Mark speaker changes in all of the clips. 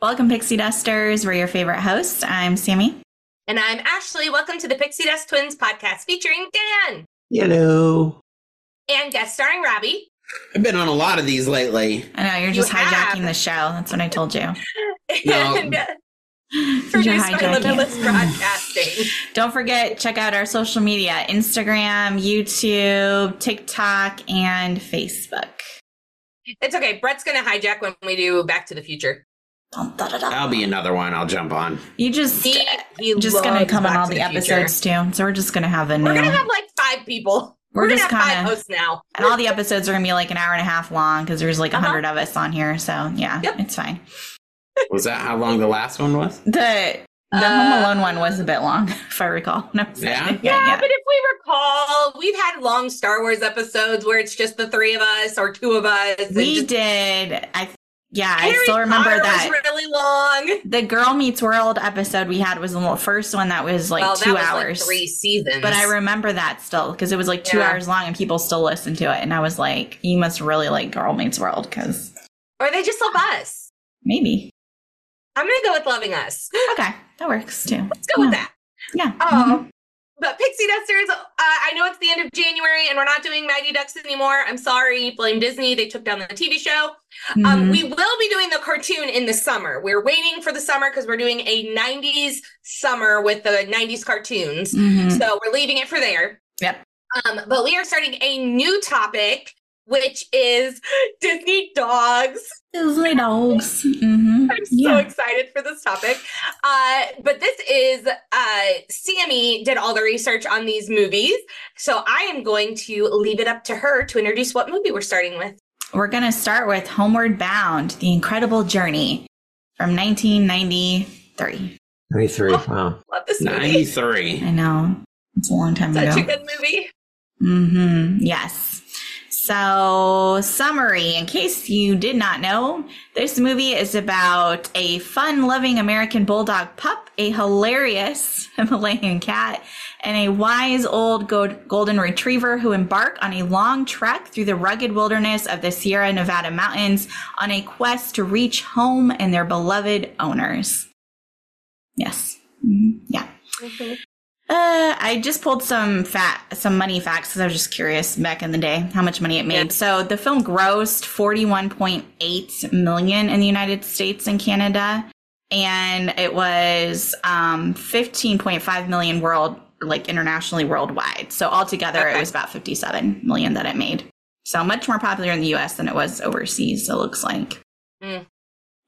Speaker 1: Welcome, Pixie Dusters. We're your favorite hosts. I'm Sammy.
Speaker 2: And I'm Ashley. Welcome to the Pixie Dust Twins podcast featuring Dan
Speaker 3: Hello.
Speaker 2: and guest starring Robbie.
Speaker 3: I've been on a lot of these lately.
Speaker 1: I know you're just
Speaker 2: You
Speaker 1: hijacking
Speaker 2: have.
Speaker 1: the show. That's what I told you.
Speaker 3: No.
Speaker 2: and uh,
Speaker 1: You're
Speaker 2: produced by Limitless
Speaker 1: hijacking.
Speaker 2: Broadcasting.
Speaker 1: Don't forget, check out our social media Instagram, YouTube, TikTok, and Facebook.
Speaker 2: It's okay. Brett's going to hijack when we do Back to the Future.
Speaker 1: Dun, da, da, da.
Speaker 3: That'll be another one I'll jump on.
Speaker 1: You just
Speaker 2: He, he
Speaker 1: just gonna
Speaker 2: loves
Speaker 1: come on
Speaker 2: Back
Speaker 1: all
Speaker 2: to
Speaker 1: the,
Speaker 2: Future.
Speaker 1: episodes too. So we're just gonna have a new
Speaker 2: We're going to have like five people.
Speaker 1: We're
Speaker 2: gonna
Speaker 1: just
Speaker 2: have five
Speaker 1: kinda-
Speaker 2: hosts now.
Speaker 1: and all the episodes are gonna be like an hour and a half long because there's like a
Speaker 2: Uh-huh.
Speaker 1: 100 of us on here. So yeah,
Speaker 2: Yep.
Speaker 1: it's fine.
Speaker 3: Was that how long the last one was?
Speaker 1: The the Home
Speaker 2: Uh,
Speaker 1: Alone one was a bit long, if I recall. No, I'm sorry.
Speaker 3: Yeah?
Speaker 2: Yeah, but if we recall, we've had long Star Wars episodes where it's just the three of us or two of us. and
Speaker 1: we
Speaker 2: just-
Speaker 1: did. I yeah, I
Speaker 2: Harry
Speaker 1: still remember
Speaker 2: Potter
Speaker 1: that.
Speaker 2: was really long.
Speaker 1: the Girl Meets World episode we had was the lo- first one that was like
Speaker 2: well,
Speaker 1: two
Speaker 2: that was
Speaker 1: hours.
Speaker 2: like three seasons.
Speaker 1: but I remember that still because it was like two
Speaker 2: Yeah.
Speaker 1: hours long and people still listened to it. And I was like, you must really like Girl Meets World because
Speaker 2: or they just love us.
Speaker 1: maybe.
Speaker 2: I'm gonna go with loving us.
Speaker 1: Okay, that works too.
Speaker 2: Let's go with that.
Speaker 1: Yeah.
Speaker 2: Oh, but Pixie Dusters, uh, I know it's the end of January and we're not doing Maggie Ducks anymore. I'm sorry, blame Disney. They took down the TV show.
Speaker 1: Mhm.
Speaker 2: Um,
Speaker 1: Mhm.
Speaker 2: we will be doing the cartoon in the summer. We're waiting for the summer because we're doing a 90s summer with the 90s cartoons.
Speaker 1: Mhm.
Speaker 2: So we're leaving it for there.
Speaker 1: Yep.
Speaker 2: Um, but we are starting a new topic, which is Disney dogs.
Speaker 1: Disney dogs. hmm
Speaker 2: I'm so
Speaker 1: yeah.
Speaker 2: excited for this topic. Uh, but this is uh, Sammy did all the research on these movies. So I am going to leave it up to her to introduce what movie we're starting with.
Speaker 1: We're going to start with Homeward Bound, The Incredible Journey from 1993.
Speaker 4: 23.
Speaker 1: Oh.
Speaker 4: Wow.
Speaker 2: Love this movie.
Speaker 3: 93.
Speaker 1: I know. It's a long time ago.
Speaker 2: Such a good movie.
Speaker 1: Mm-hmm. Yes. So, summary in case you did not know, this movie is about a fun loving American bulldog pup, a hilarious Himalayan cat, and a wise old go- golden retriever who embark on a long trek through the rugged wilderness of the Sierra Nevada mountains on a quest to reach home and their beloved owners. Yes. Mhm. Yeah. Uh, I just pulled some fat, some money facts because I was just curious back in the day how much money it made. So the film grossed forty one point eight million in the United States and Canada, and it was um fifteen point five million world like internationally worldwide. So altogether, it
Speaker 2: Okay.
Speaker 1: was about 57 million that it made. So much more popular in the US than it was overseas, it looks like.
Speaker 2: Hmm.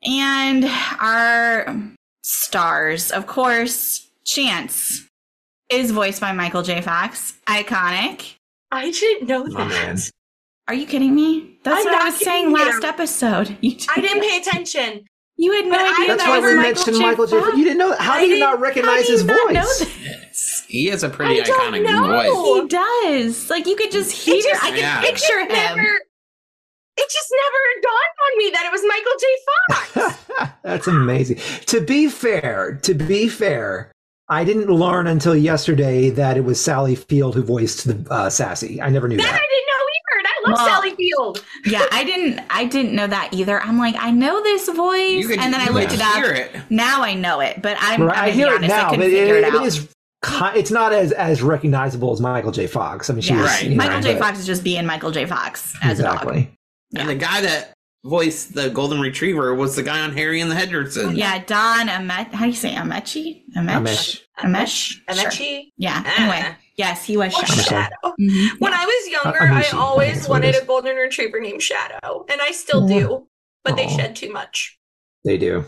Speaker 1: And our stars, of course, Chance is voiced by Michael J. Fox. Iconic.
Speaker 2: I didn't
Speaker 4: Oh,
Speaker 2: know that.
Speaker 3: man.
Speaker 1: Are you kidding me? That's
Speaker 2: I'm
Speaker 1: what I
Speaker 2: not
Speaker 1: was
Speaker 2: kidding
Speaker 1: saying
Speaker 2: you.
Speaker 1: last episode. You
Speaker 2: I didn't pay attention.
Speaker 1: You had no
Speaker 2: But I-
Speaker 1: idea.
Speaker 4: That's
Speaker 1: that
Speaker 4: why
Speaker 1: was
Speaker 4: we
Speaker 1: Michael
Speaker 4: mentioned
Speaker 1: J.
Speaker 4: Michael J.
Speaker 1: Fox?
Speaker 4: You didn't know. How
Speaker 1: I
Speaker 4: do you
Speaker 1: didn't-
Speaker 4: not
Speaker 1: how
Speaker 4: recognize
Speaker 1: do you
Speaker 4: his
Speaker 1: not know
Speaker 4: voice?
Speaker 3: He has a pretty
Speaker 2: I don't
Speaker 3: iconic
Speaker 2: know.
Speaker 3: voice.
Speaker 1: He does. Like you could just hear.
Speaker 2: It just-
Speaker 1: I can
Speaker 3: Yeah.
Speaker 1: picture
Speaker 2: it
Speaker 1: him.
Speaker 2: never, it just never dawned on me that it was Michael J. Fox.
Speaker 4: That's amazing. To be fair, to be fair, I didn't learn until yesterday that it was Sally Field who voiced the uh, Sassy. I never knew
Speaker 2: That I
Speaker 4: that.
Speaker 2: didn't know either. And I love
Speaker 1: Well,
Speaker 2: Sally Field.
Speaker 1: Yeah, I didn't. I didn't know that either. I'm like, I know this voice,
Speaker 3: You could-
Speaker 1: and then I
Speaker 3: you
Speaker 1: looked
Speaker 3: could
Speaker 1: it up.
Speaker 3: hear it.
Speaker 1: Now I know it, but I'm.
Speaker 4: Right,
Speaker 1: I'm
Speaker 4: I
Speaker 1: gonna
Speaker 4: hear
Speaker 1: be
Speaker 4: it
Speaker 1: honest,
Speaker 4: now,
Speaker 1: I
Speaker 4: but
Speaker 1: couldn't
Speaker 4: it,
Speaker 1: figure it,
Speaker 4: it
Speaker 1: out.
Speaker 4: is ki- it's not as as recognizable as Michael J. Fox. I mean, she
Speaker 1: yeah.
Speaker 4: was
Speaker 3: Right.
Speaker 4: you know,
Speaker 1: Michael J.
Speaker 4: but-
Speaker 1: Fox is just being Michael J. Fox as a
Speaker 4: exactly.
Speaker 3: And the guy that voiced the golden retriever was the guy on Harry and the Hendersons.
Speaker 1: dog. Yeah, Don Amet. How do you say Amechi? Amesh.
Speaker 4: Amesh.
Speaker 1: Amesh. Sure.
Speaker 2: Ameche.
Speaker 1: Yeah.
Speaker 2: Ah.
Speaker 1: Anyway, yes, he was.
Speaker 2: Or
Speaker 1: Shadow.
Speaker 2: Oh, Shadow.
Speaker 1: Mhm.
Speaker 2: When I was younger,
Speaker 4: Uh,
Speaker 2: I
Speaker 4: Ameche, I think
Speaker 2: always
Speaker 4: that's what it
Speaker 2: wanted
Speaker 4: is.
Speaker 2: a golden retriever named Shadow, and I still do, but they
Speaker 4: Aw.
Speaker 2: shed too much.
Speaker 4: They do.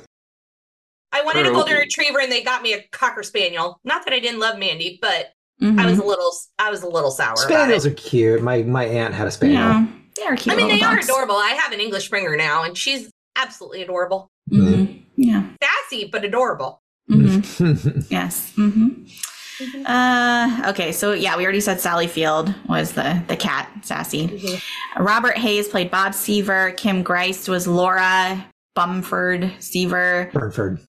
Speaker 2: I wanted a
Speaker 3: True.
Speaker 2: golden retriever, and they got me a cocker spaniel. Not that I didn't love Mandy, but I
Speaker 1: Mhm.
Speaker 4: Mm-hmm.
Speaker 2: was a little, I was a little sour about
Speaker 4: Spaniels
Speaker 2: it.
Speaker 4: are cute. My my aunt had a spaniel.
Speaker 1: Yeah, they are
Speaker 2: I
Speaker 1: cute.
Speaker 2: mean,
Speaker 1: little
Speaker 2: they are
Speaker 1: dogs.
Speaker 2: adorable. I have an English Springer now, and she's absolutely adorable,
Speaker 1: Mhm. Yeah.
Speaker 2: sassy but adorable.
Speaker 1: Mhm.
Speaker 4: Mm-hmm.
Speaker 1: Yes. hmm Uh, okay, so yeah, we already said Sally Field was the the cat, sassy.
Speaker 2: Mm-hmm.
Speaker 1: Robert Hayes played Bob Seaver. Kim Grice was Laura Bumford Seaver.
Speaker 4: Burnford.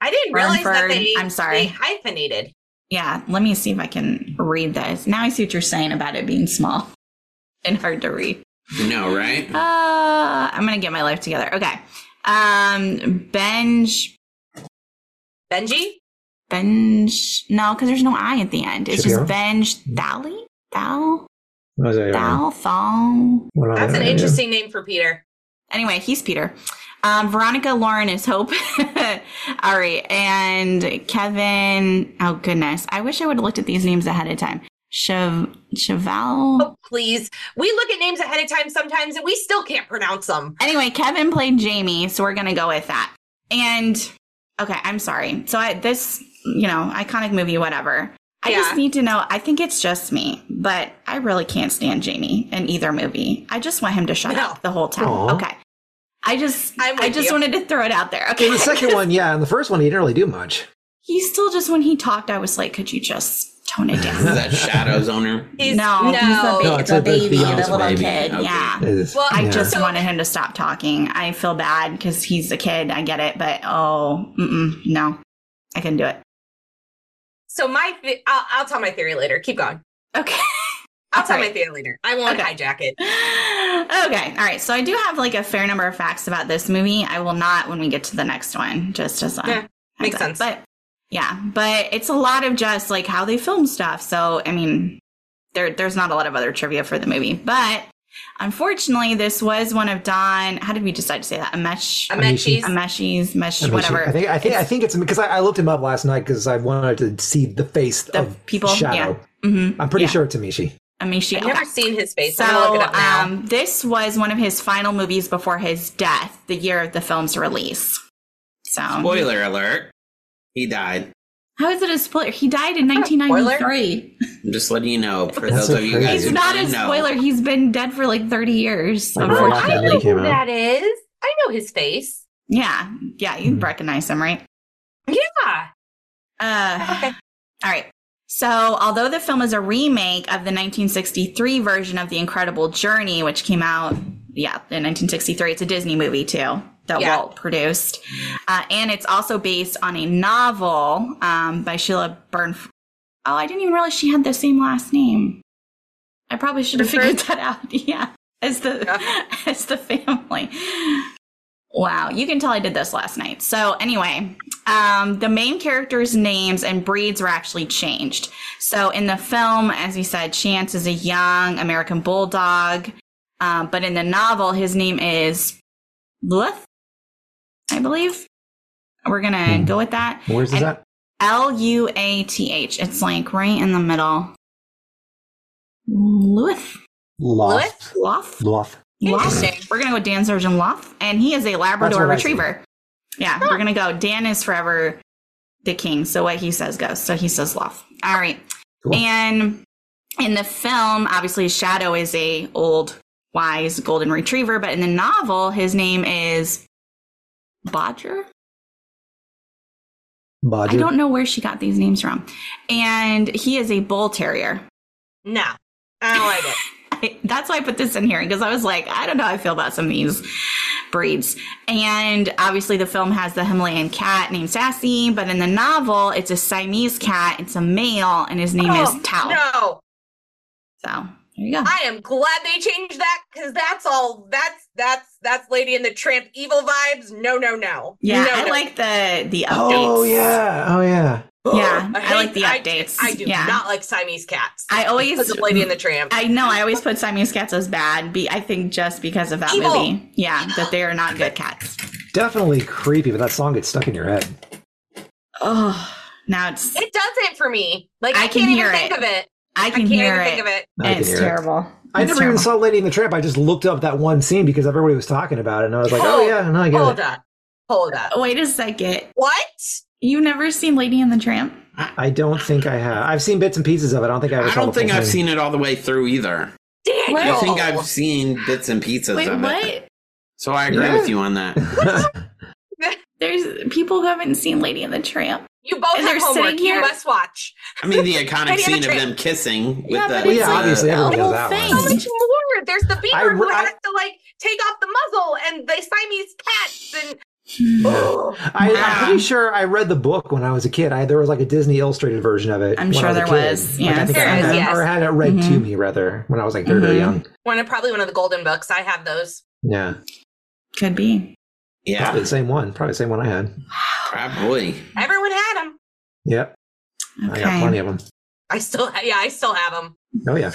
Speaker 2: I didn't realize that
Speaker 1: Burnford,
Speaker 2: they,
Speaker 1: I'm sorry.
Speaker 2: they hyphenated.
Speaker 1: Yeah, let me see if I can read this. Now I see what you're saying about it being small and hard to read.
Speaker 3: You know, right?
Speaker 1: Uh, I'm gonna get my life together. Okay, um, Benj.
Speaker 2: Benji,
Speaker 1: Benj, no, because there's no I at the end. It's
Speaker 4: Shapiro?
Speaker 1: just Benj Thally, Thal,
Speaker 4: What was I-
Speaker 1: Thal, Thal.
Speaker 4: what am I-
Speaker 2: that's an
Speaker 4: yeah.
Speaker 2: interesting name for Peter.
Speaker 1: anyway, he's Peter. Um, Veronica Lauren is Hope. Ari and Kevin. Oh goodness, I wish I would have looked at these names ahead of time. Chev- Cheval.
Speaker 2: Oh, please. We look at names ahead of time sometimes and we still can't pronounce them.
Speaker 1: Anyway, Kevin played Jamie, so we're gonna go with that. And okay, I'm sorry. So I, this, you know, iconic movie, whatever. I
Speaker 2: Yeah.
Speaker 1: just need to know. I think it's just me, but I really can't stand Jamie in either movie. I just want him to shut
Speaker 2: No.
Speaker 1: up the whole time.
Speaker 4: Aw.
Speaker 1: Okay. I just,
Speaker 2: I'm
Speaker 1: I
Speaker 2: with
Speaker 1: just
Speaker 2: you.
Speaker 1: wanted to throw it out there. Okay.
Speaker 4: In the second one, yeah, and the first one, he didn't really do much.
Speaker 1: He still just when he talked, I was like, could you just tone it
Speaker 3: Is
Speaker 1: down?
Speaker 3: that Shadow's owner?
Speaker 2: He's,
Speaker 1: no, he's the,
Speaker 4: No,
Speaker 1: ba-
Speaker 4: it's
Speaker 1: the
Speaker 4: a- the-
Speaker 1: baby,
Speaker 4: the
Speaker 1: the,
Speaker 4: youngest
Speaker 1: little
Speaker 3: baby.
Speaker 1: kid.
Speaker 3: Okay.
Speaker 1: Yeah,
Speaker 4: It is-
Speaker 2: Well,
Speaker 1: I
Speaker 4: yeah.
Speaker 1: just
Speaker 2: So-
Speaker 1: wanted him to stop talking. I feel bad because he's a kid. I get it, but oh, mm-mm, no, I couldn't do it.
Speaker 2: So my, th- I'll, I'll tell my theory later. Keep going.
Speaker 1: Okay.
Speaker 2: I'll tell
Speaker 1: Alright.
Speaker 2: my theory later. I won't
Speaker 1: Okay.
Speaker 2: hijack it.
Speaker 1: okay. All right. So I do have like a fair number of facts about this movie. I will not when we get to the next one, just as a
Speaker 2: Yeah,
Speaker 1: heads
Speaker 2: makes
Speaker 1: up.
Speaker 2: sense.
Speaker 1: But yeah, but it's a lot of just like how they film stuff. So I mean, there there's not a lot of other trivia for the movie, but unfortunately, this was one of Don. How did we decide to say that? Amesh,
Speaker 2: I meant
Speaker 4: Amishi.
Speaker 2: she's
Speaker 1: Ameshi's, Mesh,
Speaker 4: I mean,
Speaker 1: whatever.
Speaker 4: I think I think I think it's because I, I looked him up last night because I wanted to see the face
Speaker 1: the
Speaker 4: of
Speaker 1: people.
Speaker 4: Shadow.
Speaker 1: Yeah. Mm-hmm.
Speaker 4: I'm pretty
Speaker 1: Yeah.
Speaker 4: sure it's Amishi.
Speaker 1: Ameshi.
Speaker 2: I've
Speaker 1: okay.
Speaker 2: never seen his face. I'm gonna
Speaker 1: So,
Speaker 2: look it up now.
Speaker 1: um, this was one of his final movies before his death, the year of the film's release. So,
Speaker 3: Spoiler alert. He died.
Speaker 1: how is it a spoiler? He died in
Speaker 2: not a spoiler.
Speaker 1: 1993
Speaker 3: I'm just letting you know for
Speaker 4: That's
Speaker 3: those of you
Speaker 4: okay.
Speaker 3: guys
Speaker 1: He's
Speaker 3: who
Speaker 1: not a
Speaker 3: don't know.
Speaker 1: spoiler. He's been dead for like 30 years.
Speaker 4: Like,
Speaker 2: oh,
Speaker 4: right
Speaker 1: unfortunately.
Speaker 4: after
Speaker 2: I know
Speaker 4: that movie
Speaker 2: who
Speaker 4: came out.
Speaker 2: that is. I know his face.
Speaker 1: Yeah, yeah, you
Speaker 4: Mhm.
Speaker 1: recognize him, right?
Speaker 2: Yeah.
Speaker 1: Uh,
Speaker 2: Okay.
Speaker 1: All right. So, although the film is a remake of the 1963 version of The Incredible Journey, which came out, yeah, in 1963, it's a Disney movie too that
Speaker 2: Yeah.
Speaker 1: Walt produced. Uh, and it's also based on a novel um, by Sheila Burnf. Oh, I didn't even realize she had the same last name. I probably should have figured that out. Yeah, as the
Speaker 2: Yeah.
Speaker 1: as the family. Wow, you can tell I did this last night. So anyway, um, the main characters' names and breeds were actually changed. So in the film, as we said, Chance is a young American bulldog, uh, but in the novel, his name is Lilith, I believe. We're gonna
Speaker 4: Hmm.
Speaker 1: go with that.
Speaker 4: Where's this
Speaker 1: And-
Speaker 4: at?
Speaker 1: L U A T H. It's like right in the middle. Luth.
Speaker 4: Loth.
Speaker 1: Loth?
Speaker 4: Loth.
Speaker 1: Loth.
Speaker 2: Interesting.
Speaker 1: We're going to go Dan Surgeon Loth. And he is a Labrador
Speaker 4: what I said.
Speaker 1: retriever. Yeah, we're going to go. Dan is forever the king. So what he says goes. So he says Loth. All right.
Speaker 4: Cool.
Speaker 1: And in the film, obviously, Shadow is a old, wise golden retriever. But in the novel, his name is Bodger. I
Speaker 4: Bodger.
Speaker 1: don't know where she got these names from. And he is a bull terrier.
Speaker 2: No, I don't like it.
Speaker 1: I- that's why I put this in here because I was like, I don't know how I feel about some of these breeds. And obviously, the film has the Himalayan cat named Sassy, but in the novel, it's a Siamese cat. It's a male, and his name
Speaker 2: Oh,
Speaker 1: is Tao.
Speaker 2: No,
Speaker 1: So there you go.
Speaker 2: I am glad they changed that because that's all. That's that's that's Lady and the Tramp evil vibes. No, no, no.
Speaker 1: yeah,
Speaker 2: no,
Speaker 1: I
Speaker 2: no.
Speaker 1: like the the updates.
Speaker 4: Oh yeah. Oh yeah.
Speaker 1: yeah, I,
Speaker 2: hate-
Speaker 1: like the
Speaker 2: I-
Speaker 1: updates.
Speaker 2: I, do
Speaker 1: yeah.
Speaker 2: not like Siamese cats.
Speaker 1: I always-
Speaker 2: because of Lady and the Tramp.
Speaker 1: I know. I always put Siamese cats as bad. Be I think just because of that
Speaker 2: Evil.
Speaker 1: movie. Yeah, that they are not good cats.
Speaker 4: Definitely creepy, but that song gets stuck in your head.
Speaker 1: Oh, now it's
Speaker 2: it does it for me. Like I,
Speaker 1: I can
Speaker 2: can't even
Speaker 1: hear
Speaker 2: think
Speaker 1: it.
Speaker 2: of it.
Speaker 1: I
Speaker 2: I
Speaker 1: can
Speaker 2: can't
Speaker 1: hear
Speaker 2: even
Speaker 1: it.
Speaker 2: think of it.
Speaker 4: I can
Speaker 1: it's
Speaker 4: hear it.
Speaker 1: terrible.
Speaker 4: I
Speaker 1: It's
Speaker 4: never even
Speaker 1: terrible.
Speaker 4: saw Lady and the Tramp. I just looked up that one scene because everybody was talking about it, and I was like, "Oh,
Speaker 2: Hold-
Speaker 4: yeah, no, I get
Speaker 2: Hold
Speaker 4: it.
Speaker 2: up. Hold up.
Speaker 1: Uh, Wait a second.
Speaker 2: What?
Speaker 1: You've never seen Lady and the Tramp?
Speaker 4: I don't think I have. I've seen bits and pieces of it. I don't think I ever
Speaker 3: I
Speaker 4: saw
Speaker 3: don't
Speaker 4: the
Speaker 3: think
Speaker 4: full
Speaker 3: I've
Speaker 4: thing.
Speaker 3: seen it all the way through either.
Speaker 2: Daniel.
Speaker 1: What?
Speaker 3: I think I've seen bits and pieces
Speaker 1: Wait,
Speaker 3: of it.
Speaker 1: what?
Speaker 3: So I agree
Speaker 4: Yeah.
Speaker 3: with you on that.
Speaker 1: There's people who haven't seen Lady and the Tramp.
Speaker 2: you both
Speaker 1: And
Speaker 2: have
Speaker 1: they're sitting
Speaker 2: homework. You
Speaker 1: here-
Speaker 2: must watch.
Speaker 3: I mean, the iconic
Speaker 2: Lady and the
Speaker 3: scene of
Speaker 2: Tramp.
Speaker 3: them kissing with
Speaker 1: Yeah,
Speaker 3: the
Speaker 1: but it's
Speaker 4: Yeah,
Speaker 1: like
Speaker 4: obviously,
Speaker 1: the
Speaker 4: everyone knows
Speaker 1: whole
Speaker 4: that one.
Speaker 1: thing.
Speaker 2: Oh much more. There's the beaver
Speaker 4: I-
Speaker 2: who
Speaker 4: I-
Speaker 2: has to like take off the muzzle and the Siamese cats and
Speaker 4: I, I'm pretty sure I read the book when I was a kid. I, there was like a Disney illustrated version of it.
Speaker 1: I'm
Speaker 4: when I
Speaker 1: sure
Speaker 4: was a
Speaker 1: there
Speaker 4: kid.
Speaker 1: was.
Speaker 4: Like, I
Speaker 1: Yes,
Speaker 4: think I
Speaker 2: there
Speaker 4: had
Speaker 2: is,
Speaker 4: that-
Speaker 2: yes.
Speaker 4: or had it read to
Speaker 1: Mhm.
Speaker 4: me rather when I was like very, very
Speaker 1: Mhm.
Speaker 4: young.
Speaker 2: one of probably one of the golden books. I have those.
Speaker 4: Yeah,
Speaker 1: Could be.
Speaker 4: probably
Speaker 3: yeah, Ah,
Speaker 4: the same one. Probably the same one I had.
Speaker 3: probably.
Speaker 2: Everyone had them.
Speaker 4: Yep, I got plenty
Speaker 1: Okay.
Speaker 4: of them.
Speaker 2: I still, yeah, I still have them.
Speaker 4: Oh yeah.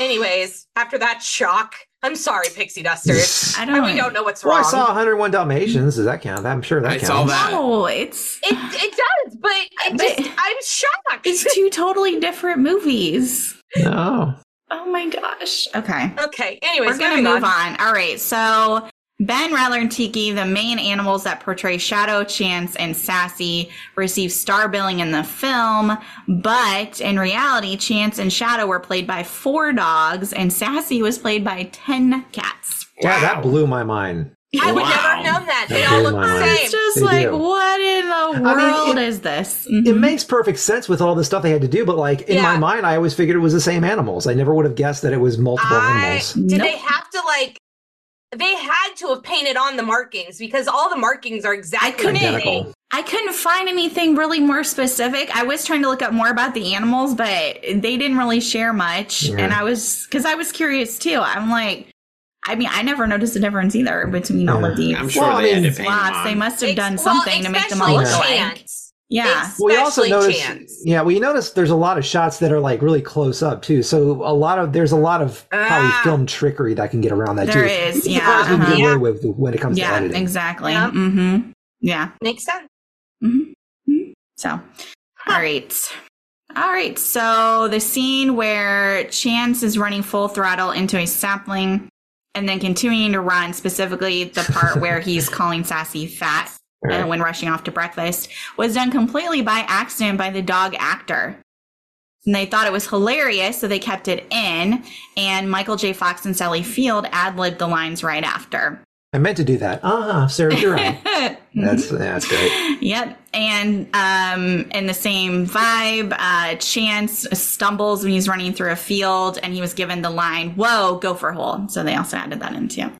Speaker 2: Anyways, after that shock, I'm sorry, Pixie Dusters.
Speaker 1: I
Speaker 2: I, we
Speaker 1: don't
Speaker 2: don't know what's
Speaker 4: Well,
Speaker 2: wrong.
Speaker 4: I saw 101 Dalmatians. Does that count? I'm sure that
Speaker 3: I
Speaker 4: counts.
Speaker 3: saw that.
Speaker 1: know. It's
Speaker 2: It it does, but it
Speaker 1: But-
Speaker 2: just I'm shocked.
Speaker 1: it's two totally different movies.
Speaker 4: No.
Speaker 1: Oh my gosh. Okay.
Speaker 2: okay.
Speaker 1: We're
Speaker 2: Anyways,
Speaker 1: gonna
Speaker 2: moving
Speaker 1: move on. All right. So Ben, Rattler, and Tiki, the main animals that portray Shadow, Chance, and Sassy, receive star billing in the film, but in reality, Chance and Shadow were played by four dogs, and Sassy was played by ten cats.
Speaker 4: Yeah, that blew my mind.
Speaker 2: I would
Speaker 3: Wow.
Speaker 2: never have known that. They
Speaker 4: That
Speaker 2: all
Speaker 4: blew
Speaker 2: look
Speaker 4: my
Speaker 2: the
Speaker 4: mind.
Speaker 2: same.
Speaker 1: It's just
Speaker 4: They
Speaker 1: like,
Speaker 4: do.
Speaker 1: what in the
Speaker 4: mean,
Speaker 1: world
Speaker 4: it-
Speaker 1: is this?
Speaker 4: It
Speaker 1: Mhm.
Speaker 4: makes perfect sense with all the stuff they had to do, but like in my
Speaker 2: Yeah.
Speaker 4: mind, I always figured it was the same animals. I never would have guessed that it was multiple
Speaker 2: I,
Speaker 4: animals.
Speaker 2: did
Speaker 1: Nope.
Speaker 2: they have to like? They had to have painted on the markings because all the markings are exactly the
Speaker 1: couldn't-
Speaker 2: same.
Speaker 4: Identical.
Speaker 1: I couldn't find anything really more specific. I was trying to look up more about the animals, but they didn't really share much.
Speaker 4: Yeah.
Speaker 1: And I was, because I was curious too. I'm like, I mean, I never noticed a difference either between all of
Speaker 4: Yeah.
Speaker 1: these.
Speaker 3: I'm sure
Speaker 4: Well, I
Speaker 3: they
Speaker 4: mean,
Speaker 3: had to paint them
Speaker 1: slots.
Speaker 3: on.
Speaker 1: They must have
Speaker 2: Ex-
Speaker 1: done
Speaker 2: well,
Speaker 1: something to make them all look
Speaker 2: especially
Speaker 1: alike.
Speaker 2: Chance.
Speaker 1: Yeah.
Speaker 2: Ex-
Speaker 4: We also
Speaker 2: Especially
Speaker 4: noticed,
Speaker 2: Chance.
Speaker 4: yeah, we noticed there's a lot of shots that are like really close up too. So a lot of there's a lot of probably
Speaker 2: Ah.
Speaker 4: film trickery that can get around that
Speaker 1: There
Speaker 4: too.
Speaker 1: is,
Speaker 4: It's
Speaker 1: yeah,
Speaker 4: surprised what you
Speaker 1: uh-huh.
Speaker 4: get away with when it comes to
Speaker 1: Yeah,
Speaker 4: editing.
Speaker 1: exactly.
Speaker 2: Yeah.
Speaker 1: Mm-hmm. Yeah.
Speaker 2: Makes sense.
Speaker 1: Mm-hmm. So, all right. All right. So, the scene where Chance is running full throttle into a sapling and then continuing to run, specifically the part where he's calling Sassy fat
Speaker 4: All
Speaker 1: uh,
Speaker 4: right.
Speaker 1: when rushing off to breakfast, was done completely by accident by the dog actor. And they thought it was hilarious, so they kept it in. And Michael J. Fox and Sally Field ad libbed the lines right after.
Speaker 4: I meant to do that. Ah, Sarah, you're right. That's yeah, that's great.
Speaker 1: Yep. And um in the same vibe, uh Chance stumbles when he's running through a field and he was given the line, Whoa, gopher hole. So they also added that in too.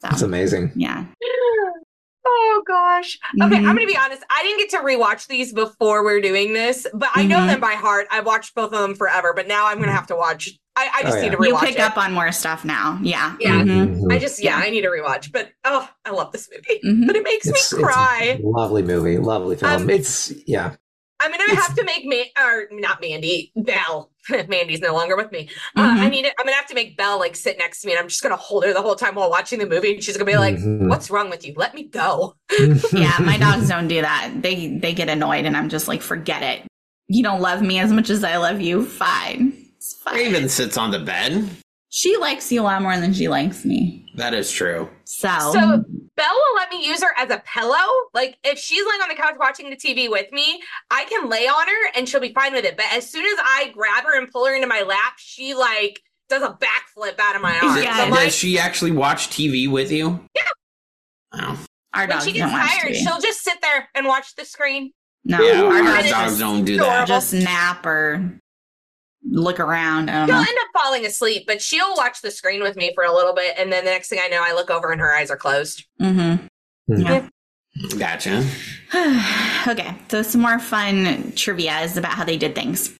Speaker 4: That's
Speaker 1: So
Speaker 4: amazing.
Speaker 1: yeah.
Speaker 2: Oh gosh. Okay,
Speaker 4: Mm-hmm.
Speaker 1: Mhm.
Speaker 2: I'm gonna be honest. I didn't get to rewatch these before we are doing this, but I know
Speaker 1: Mhm.
Speaker 4: Mm-hmm.
Speaker 2: them by heart. I've watched both of them forever, but now I'm gonna have to watch. I, I just
Speaker 4: Oh,
Speaker 2: need to
Speaker 4: yeah.
Speaker 1: You
Speaker 2: rewatch.
Speaker 1: pick
Speaker 2: it.
Speaker 1: up on more stuff now. Yeah.
Speaker 2: Yeah.
Speaker 1: Mhm.
Speaker 4: Mhm.
Speaker 2: I just yeah, I need to rewatch. But oh, I love this movie.
Speaker 1: Mhm.
Speaker 2: But it makes
Speaker 4: It's-
Speaker 2: me
Speaker 4: it's
Speaker 2: cry.
Speaker 4: lovely movie, lovely film.
Speaker 2: Um,
Speaker 4: it's yeah,
Speaker 2: I'm gonna have to make me or not Mandy Belle. Mandy's no longer with me.
Speaker 1: Mm-hmm.
Speaker 2: Uh, I need. to- I'm gonna have to make Belle like sit next to me, and I'm just gonna hold her the whole time while watching the movie, and she's gonna be like,
Speaker 4: Mhm.
Speaker 2: "What's wrong with you? Let me go."
Speaker 1: yeah, my dogs don't do that. They they get annoyed, and I'm just like, forget it. You don't love me as much as I love you. Fine, it's fine.
Speaker 3: Raven sits on the bed.
Speaker 1: She likes you a lot more than she likes me.
Speaker 3: That is true.
Speaker 1: So,
Speaker 2: So Belle will let me use her as a pillow. Like if she's laying on the couch watching the TV with me, I can lay on her and she'll be fine with it. But as soon as I grab her and pull her into my lap, she like does a backflip out of my arms.
Speaker 1: Oh, Yeah,
Speaker 2: I'm
Speaker 1: it
Speaker 3: Does
Speaker 2: like,
Speaker 3: she actually watch TV with you? Oh. Yeah. Wow.
Speaker 1: our
Speaker 2: when
Speaker 1: dogs
Speaker 2: she
Speaker 1: don't
Speaker 2: gets
Speaker 1: watch
Speaker 2: tired,
Speaker 1: TV.
Speaker 2: she'll just sit there and watch the screen.
Speaker 1: No,
Speaker 3: Yeah,
Speaker 1: our
Speaker 3: our
Speaker 1: dogs
Speaker 3: dogs
Speaker 1: just,
Speaker 3: don't do that.
Speaker 1: just nap or look around. I don't
Speaker 2: She'll
Speaker 1: know.
Speaker 2: end up falling asleep, but she'll watch the screen with me for a little bit, and then the next thing I know, I look over and her eyes are closed.
Speaker 1: Mm-hmm.
Speaker 2: Yeah.
Speaker 3: Gotcha.
Speaker 1: okay, so some more fun trivia is about how they did things.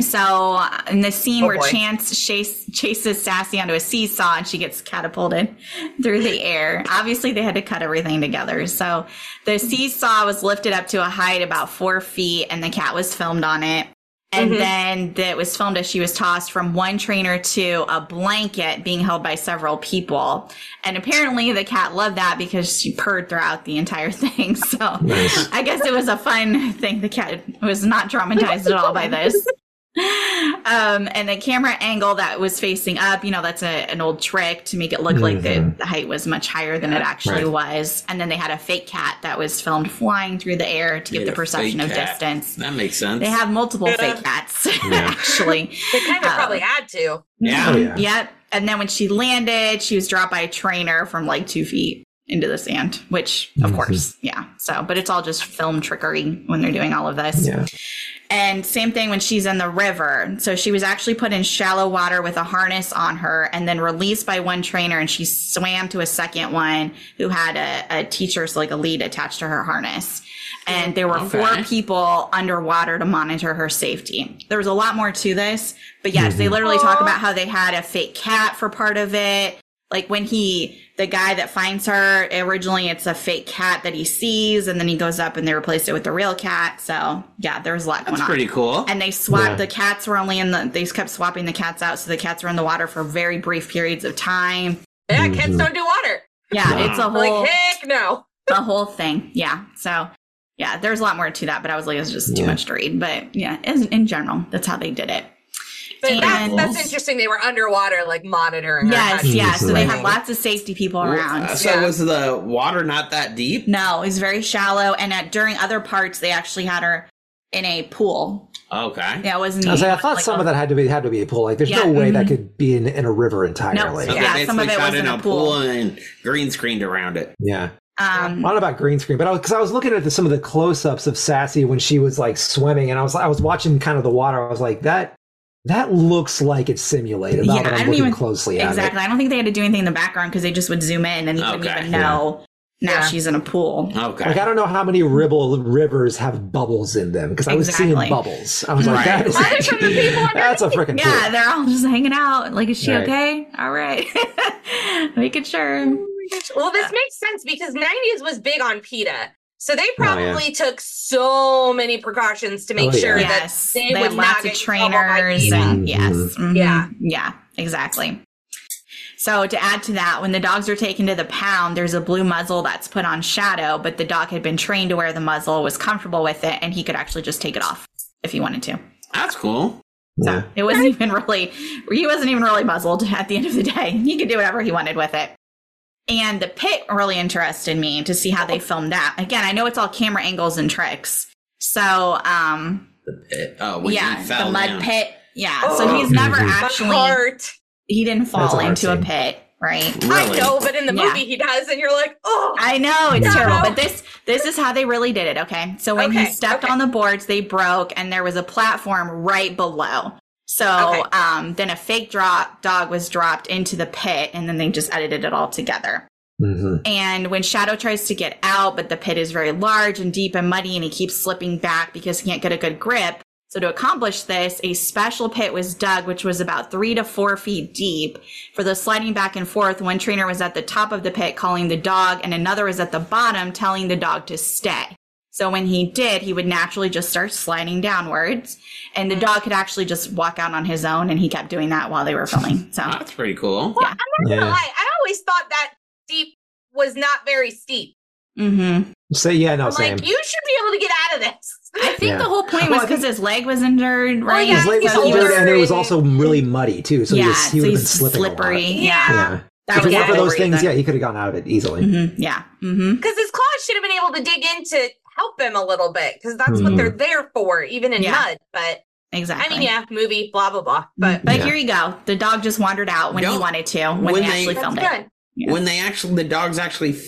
Speaker 1: So, in the scene
Speaker 2: Oh,
Speaker 1: where
Speaker 2: boy.
Speaker 1: Chance chase, chases Sassy onto a seesaw and she gets catapulted through the air, obviously they had to cut everything together. So, the seesaw was lifted up to a height about four feet, and the cat was filmed on it. And
Speaker 2: Mhm.
Speaker 1: then that was filmed as she was tossed from one trainer to a blanket being held by several people. And apparently the cat loved that because she purred throughout the entire thing. So I guess it was a fun thing. The cat was not traumatized at all by this. Um, and the camera angle that was facing up, you know, that's a, an old trick to make it look like the,
Speaker 3: Mm-hmm.
Speaker 4: Mhm.
Speaker 1: the height was much higher than it actually was. And then they had a fake cat that was filmed flying through the air to give
Speaker 3: Made
Speaker 1: the
Speaker 3: a
Speaker 1: perception
Speaker 3: fake
Speaker 1: of
Speaker 3: cat.
Speaker 1: distance.
Speaker 3: That makes sense.
Speaker 1: They have multiple fake cats, actually.
Speaker 2: They kind of
Speaker 1: Um,
Speaker 2: probably had to.
Speaker 3: yeah.
Speaker 4: Oh, yeah.
Speaker 1: Yep. And then when she landed, she was dropped by a trainer from like two feet into the sand, which, of
Speaker 4: Mhm.
Speaker 1: course, yeah. So, but it's all just film trickery when they're doing all of this.
Speaker 4: Yeah.
Speaker 1: And same thing when she's in the river. So she was actually put in shallow water with a harness on her and then released by one trainer and she swam to a second one who had a, a teacher, so like a lead attached to her harness. And there were
Speaker 3: Okay.
Speaker 1: four people underwater to monitor her safety. There was a lot more to this, but yes, they literally talk about how they had a fake cat for part of it like when he the guy that finds her originally it's a fake cat that he sees and then he goes up and they replace it with the real cat so yeah there was a lot
Speaker 3: That's
Speaker 1: going
Speaker 3: pretty
Speaker 1: on
Speaker 3: cool.
Speaker 1: and they swapped
Speaker 4: Yeah.
Speaker 1: the cats were only in the they kept swapping the cats out so the cats were in the water for very brief periods of time
Speaker 2: Yeah, cats don't do water.
Speaker 1: yeah
Speaker 3: Wow.
Speaker 1: it's Mm-hmm. a
Speaker 2: We're
Speaker 1: whole
Speaker 2: Like heck no.
Speaker 1: the whole thing yeah so yeah there's a lot more to that but i was like it's just too
Speaker 4: Yeah.
Speaker 1: much to read but yeah in, in general that's how they did it
Speaker 2: But
Speaker 1: And-
Speaker 2: that's, that's interesting. They were underwater, like monitoring. her.
Speaker 1: yes yeah so they had
Speaker 2: Mhm.
Speaker 1: lots of safety people around
Speaker 3: Uh, So
Speaker 2: Yeah.
Speaker 3: was the water not that deep?
Speaker 1: No, it's very shallow. And at, during other parts, they actually had her in a pool.
Speaker 3: Okay.
Speaker 1: Yeah, it wasn't.
Speaker 4: I was like, I
Speaker 1: even,
Speaker 4: thought
Speaker 1: like,
Speaker 4: some
Speaker 1: a-
Speaker 4: of that had to be had to be a pool. Like, there's
Speaker 1: Yeah,
Speaker 4: no way
Speaker 1: mhm.
Speaker 4: that could be in, in a river entirely.
Speaker 3: So they
Speaker 1: Yeah, some
Speaker 3: basically
Speaker 1: of it
Speaker 3: shot
Speaker 1: was
Speaker 3: in
Speaker 1: in
Speaker 3: a
Speaker 1: a pool.
Speaker 3: pool and green screened around it.
Speaker 4: Yeah.
Speaker 1: Um,
Speaker 4: Not about green screen, but I was because I was looking at the, some of the close-ups of Sassy when she was like swimming, and I was I was watching kind of the water. I was like that that looks like it's simulated. Now
Speaker 1: Yeah, I
Speaker 4: that I'm
Speaker 1: don't
Speaker 4: looking
Speaker 1: even-
Speaker 4: closely at
Speaker 1: exactly. I don't think they had to do anything in the background because they just would zoom in and you wouldn't
Speaker 3: Okay,
Speaker 1: even
Speaker 3: yeah.
Speaker 1: know. Now
Speaker 2: Yeah.
Speaker 1: she's in a pool.
Speaker 4: it. Like
Speaker 3: Okay.
Speaker 4: I don't know how many ribble rivers have bubbles in them because I was
Speaker 1: Exactly.
Speaker 4: seeing bubbles. I was like,
Speaker 3: Right.
Speaker 4: that is
Speaker 2: Well, there's some of the people
Speaker 4: that's a freaking
Speaker 1: Yeah,
Speaker 4: pool.
Speaker 1: they're all just hanging out. Like, is she
Speaker 4: Right.
Speaker 1: okay? All right, making sure.
Speaker 2: Well, this makes sense because 90s was big on PETA. So they
Speaker 4: Oh, yeah.
Speaker 2: probably took so many precautions to make
Speaker 4: Oh, yeah.
Speaker 2: sure
Speaker 1: Yes,
Speaker 2: that
Speaker 1: they,
Speaker 2: they, would
Speaker 1: had lots
Speaker 2: not
Speaker 1: of
Speaker 2: get in trouble by
Speaker 1: trainers,
Speaker 2: PETA.
Speaker 1: and
Speaker 4: Mhm.
Speaker 1: yes, mhm.
Speaker 2: Yeah.
Speaker 1: yeah, exactly. So to add to that, when the dogs are taken to the pound, there's a blue muzzle that's put on Shadow, but the dog had been trained to wear the muzzle, was comfortable with it, and he could actually just take it off if he wanted to.
Speaker 3: That's cool.
Speaker 4: Yeah.
Speaker 1: It wasn't even really, he wasn't even really muzzled at the end of the day. He could do whatever he wanted with it. And the pit really interested me to see how they filmed that. Again, I know it's all camera angles and tricks. So, um,
Speaker 3: It- oh, when
Speaker 1: yeah,
Speaker 3: you fell
Speaker 1: the mud
Speaker 3: down.
Speaker 1: pit. Yeah, so
Speaker 2: Oh.
Speaker 1: he's never
Speaker 4: Mhm.
Speaker 2: My
Speaker 1: actually
Speaker 2: heart.
Speaker 1: he didn't
Speaker 4: That's a
Speaker 1: fall
Speaker 4: hard
Speaker 1: into a
Speaker 4: scene.
Speaker 1: pit, right?
Speaker 3: Really?
Speaker 2: I know, but in the
Speaker 1: Yeah.
Speaker 2: movie he does, and you're like, oh,
Speaker 1: I know it's
Speaker 2: No.
Speaker 1: terrible, but this this is how they really did it. Okay, so when he
Speaker 2: Okay,
Speaker 1: stepped
Speaker 2: okay.
Speaker 1: on the boards, they broke, and there was a platform right below. So
Speaker 2: Okay.
Speaker 1: um, then a fake drop dog was dropped into the pit, and then they just edited it all together.
Speaker 4: hmm
Speaker 1: And when Shadow tries to get out, but the pit is very large and deep and muddy, and he keeps slipping back because he can't get a good grip. So, to accomplish this, a special pit was dug, which was about three to four feet deep. For the sliding back and forth, one trainer was at the top of the pit calling the dog, and another was at the bottom telling the dog to stay. So when he did, he would naturally just start sliding downwards, and the dog could actually just walk out on his own, and he kept doing that while they were filming. So
Speaker 3: That's pretty cool.
Speaker 1: Yeah.
Speaker 2: I'm not
Speaker 4: Yeah.
Speaker 2: gonna lie. I always thought that steep was not very steep.
Speaker 1: mm-hmm.
Speaker 4: So yeah, no,
Speaker 2: I'm
Speaker 4: Oh, same.
Speaker 2: like, you should be able to get out of this.
Speaker 1: I think
Speaker 4: Yeah.
Speaker 1: the whole point
Speaker 4: Well,
Speaker 1: was
Speaker 4: I think- Oh,
Speaker 1: because his leg was injured, right?
Speaker 2: yeah,
Speaker 4: His leg was
Speaker 2: he's
Speaker 1: he
Speaker 4: injured, and it was
Speaker 2: older.
Speaker 4: also really muddy too. So he,
Speaker 1: yeah,
Speaker 4: was, he
Speaker 1: so
Speaker 4: would have been
Speaker 1: he's
Speaker 4: slipping
Speaker 1: slippery.
Speaker 4: a lot.
Speaker 1: Yeah,
Speaker 4: Yeah,
Speaker 1: that
Speaker 4: if it
Speaker 1: was
Speaker 4: weren't for
Speaker 1: the
Speaker 4: those
Speaker 1: reason.
Speaker 4: things, yeah, he could have gotten out of it easily.
Speaker 1: Mhm, yeah, hmm
Speaker 2: Because his claws should have been able to dig in to help him a little bit, because that's what
Speaker 4: Mhm.
Speaker 2: they're there for, even in
Speaker 1: Yeah.
Speaker 2: mud. But
Speaker 1: exactly.
Speaker 2: I mean, yeah, movie, blah blah blah.
Speaker 1: But,
Speaker 2: But
Speaker 1: but
Speaker 4: Yeah.
Speaker 1: here you go. The dog just wandered out when he
Speaker 3: No.
Speaker 1: wanted to when,
Speaker 3: When
Speaker 1: they,
Speaker 3: they-
Speaker 1: actually
Speaker 2: that's
Speaker 1: filmed it.
Speaker 2: good.
Speaker 1: Yeah.
Speaker 3: When they actually, the dogs actually f-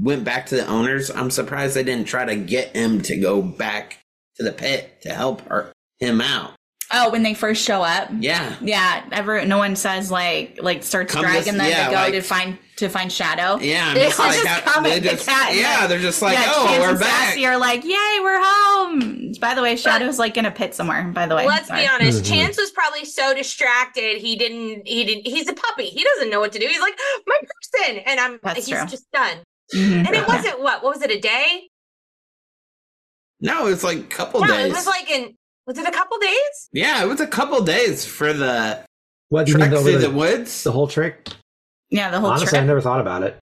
Speaker 3: went back to the owners. I'm surprised they didn't try to get him to go back to the pit to help her, him out.
Speaker 1: Oh, when they first show up.
Speaker 3: Yeah.
Speaker 1: Yeah, ever no one says like like starts
Speaker 3: Come
Speaker 1: dragging
Speaker 3: this-
Speaker 1: them
Speaker 3: yeah,
Speaker 1: to go
Speaker 3: like-
Speaker 1: to find to find Shadow.
Speaker 3: Yeah. I'm
Speaker 1: They
Speaker 3: just like,
Speaker 1: just
Speaker 3: how-
Speaker 1: come
Speaker 3: they
Speaker 1: at the
Speaker 3: just-
Speaker 1: cat and
Speaker 3: yeah.
Speaker 1: like-
Speaker 3: They're just like,
Speaker 1: Yeah,
Speaker 3: oh,
Speaker 1: Chance
Speaker 3: we're
Speaker 1: and
Speaker 3: back.
Speaker 1: Sassy are like, yay, we're home. By the way, Shadow's like in a pit somewhere. By the way,
Speaker 2: Let's
Speaker 1: Sorry.
Speaker 2: be honest.
Speaker 4: Mhm.
Speaker 2: Chance was probably so distracted he didn't. He didn't. He's a puppy. He doesn't know what to do. He's like my person, and I'm.
Speaker 1: That's
Speaker 2: he's
Speaker 1: true.
Speaker 2: just done.
Speaker 1: Mhm.
Speaker 2: And it
Speaker 1: Yeah.
Speaker 2: wasn't what? What was it? A day?
Speaker 3: No, it was like a couple
Speaker 2: no,
Speaker 3: days.
Speaker 2: it was like in. Was it a couple days?
Speaker 3: yeah, it was a couple days for the
Speaker 4: What do you
Speaker 3: trek
Speaker 4: mean though,
Speaker 3: through
Speaker 4: with
Speaker 3: the,
Speaker 4: the,
Speaker 3: woods.
Speaker 4: the whole trick?
Speaker 1: Yeah, the whole
Speaker 4: Honestly, I
Speaker 1: trip.
Speaker 4: never thought about it.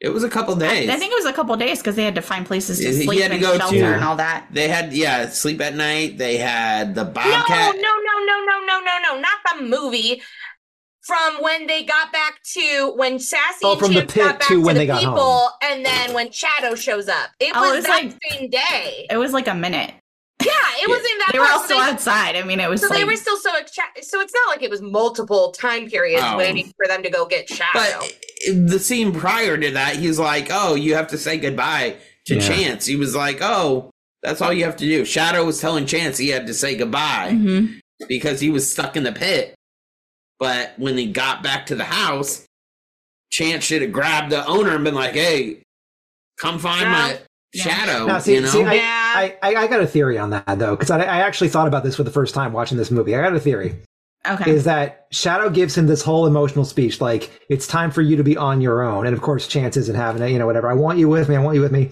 Speaker 3: It was a couple days.
Speaker 1: I think it was a couple days because they had to find places to
Speaker 3: He- he
Speaker 1: sleep
Speaker 3: had to
Speaker 1: and
Speaker 3: go to-
Speaker 1: shelter and all that.
Speaker 3: they had yeah sleep at night. They had the
Speaker 2: No, no,
Speaker 3: bobcat.
Speaker 2: no, no, no, no, no, no. Not the movie. From when they got back to when Sassy
Speaker 4: Oh,
Speaker 2: and
Speaker 4: from the
Speaker 2: Chance
Speaker 4: pit
Speaker 2: got back
Speaker 4: to
Speaker 2: to,
Speaker 4: when
Speaker 2: the
Speaker 4: they got
Speaker 2: people,
Speaker 4: home.
Speaker 2: and then when Shadow shows up, it
Speaker 1: Oh,
Speaker 2: was
Speaker 1: it's
Speaker 2: that
Speaker 1: like-
Speaker 2: same day.
Speaker 1: It was like a minute.
Speaker 2: Yeah, it was in that.
Speaker 1: They were all
Speaker 2: part, Oh, so
Speaker 1: still outside. I mean, it was
Speaker 2: So
Speaker 1: like,
Speaker 2: they were still so attra- so it's not like it was multiple time periods
Speaker 3: Oh.
Speaker 2: waiting for them to go get shadow.
Speaker 3: But the scene prior to that, he's like, "Oh, you have to say goodbye to
Speaker 4: Yeah.
Speaker 3: Chance." He was like, "Oh, that's all you have to do." Shadow was telling Chance he had to say goodbye
Speaker 1: Mhm.
Speaker 3: because he was stuck in the pit. But when he got back to the house, Chance should have grabbed the owner and been like, "Hey, come find my
Speaker 1: Yeah.
Speaker 3: Shadow."
Speaker 4: Now, see,
Speaker 3: you know?
Speaker 4: see, I,
Speaker 2: Yeah.
Speaker 4: I, I, I got a theory on that though, because I, I actually thought about this for the first time watching this movie. I got a theory.
Speaker 1: okay.
Speaker 4: is that Shadow gives him this whole emotional speech, like it's time for you to be on your own, and of course Chance isn't having it, you know, whatever. I want you with me, I want you with me,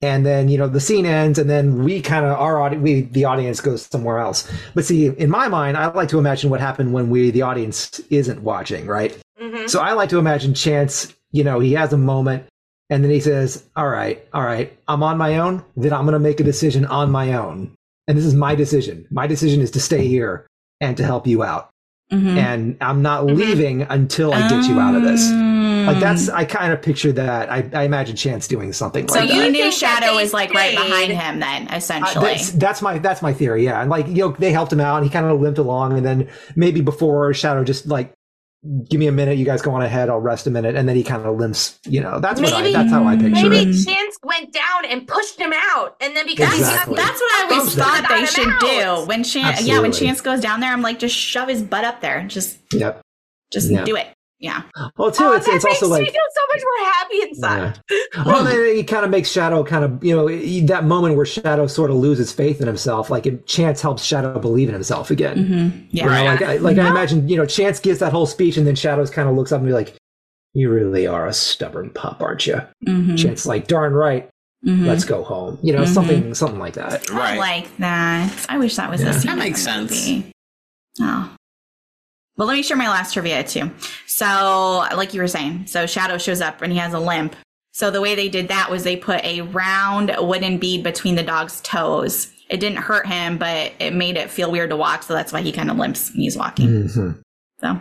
Speaker 4: and then you know the scene ends, and then we kind of our audi- we the audience goes somewhere else. But see, in my mind, I like to imagine what happened when we the audience isn't watching, right?
Speaker 2: Mhm.
Speaker 4: So I like to imagine Chance, you know, he has a moment. And then he says, All right, all right, I'm on my own. Then I'm going to make a decision on my own. And this is my decision. My decision is to stay here and to help you out
Speaker 2: Mm-hmm.
Speaker 1: Mhm.
Speaker 4: and I'm not leaving until I get you out of this.
Speaker 1: Um,
Speaker 2: Ah.
Speaker 4: Like that's I kind of picture that. I, I imagine Chance doing something
Speaker 1: So
Speaker 4: like
Speaker 1: you
Speaker 4: that.
Speaker 1: knew
Speaker 2: think that
Speaker 1: Shadow
Speaker 2: they
Speaker 1: is like right behind
Speaker 2: stayed-
Speaker 1: him then,
Speaker 4: I-
Speaker 1: essentially.
Speaker 4: that's, that's my that's my theory. Yeah, and like you know they helped him out. and He kind of limped along, and then maybe before Shadow just like give me a minute. You guys go on ahead. I'll rest a minute, and then he kind of limps. You know that's what I
Speaker 2: Maybe-
Speaker 4: that's how I picture
Speaker 2: Maybe
Speaker 4: it.
Speaker 1: Sure.
Speaker 2: Chance went down and pushed him out, and then because
Speaker 4: Exactly.
Speaker 1: That's what I always
Speaker 4: Thumbs
Speaker 1: thought
Speaker 2: down.
Speaker 1: they should do.
Speaker 2: Out.
Speaker 1: When Chance, yeah, when
Speaker 4: Absolutely.
Speaker 1: Chance goes down there, I'm like, just shove his butt up there. Just,
Speaker 4: Yep.
Speaker 1: just
Speaker 4: Yeah.
Speaker 1: do it. Yeah.
Speaker 4: Well, too,
Speaker 2: Oh,
Speaker 4: it's
Speaker 2: that
Speaker 4: it's
Speaker 2: makes
Speaker 4: also
Speaker 2: me
Speaker 4: like
Speaker 2: feel so much more happy inside.
Speaker 4: Well, then he kind of makes Shadow kind of, you know, he- that moment where Shadow sort of loses faith in himself. Like, it, Chance helps Shadow believe in himself again.
Speaker 1: Mm-hmm. Yeah.
Speaker 4: You know, like, I, like I imagine, you know, Chance gives that whole speech, and then Shadows kind of looks up and be like, "You really are a stubborn pup, aren't you?"
Speaker 1: Mhm.
Speaker 4: Chance is like, "Darn right,
Speaker 1: Mhm.
Speaker 4: let's go home." You know,
Speaker 1: Mhm.
Speaker 4: something, something like that.
Speaker 1: I
Speaker 3: right.
Speaker 1: like that. I wish that was
Speaker 4: Yeah.
Speaker 1: a scene.
Speaker 3: That
Speaker 1: in
Speaker 3: makes
Speaker 1: the
Speaker 3: sense.
Speaker 1: movie. Oh. Well, let me share my last trivia too. So, like you were saying, so Shadow shows up and he has a limp. So the way they did that was they put a round wooden bead between the dog's toes. It didn't hurt him, but it made it feel weird to walk. So that's why he kind of limps when he's walking.
Speaker 3: Mm,
Speaker 4: Mhm.
Speaker 1: So,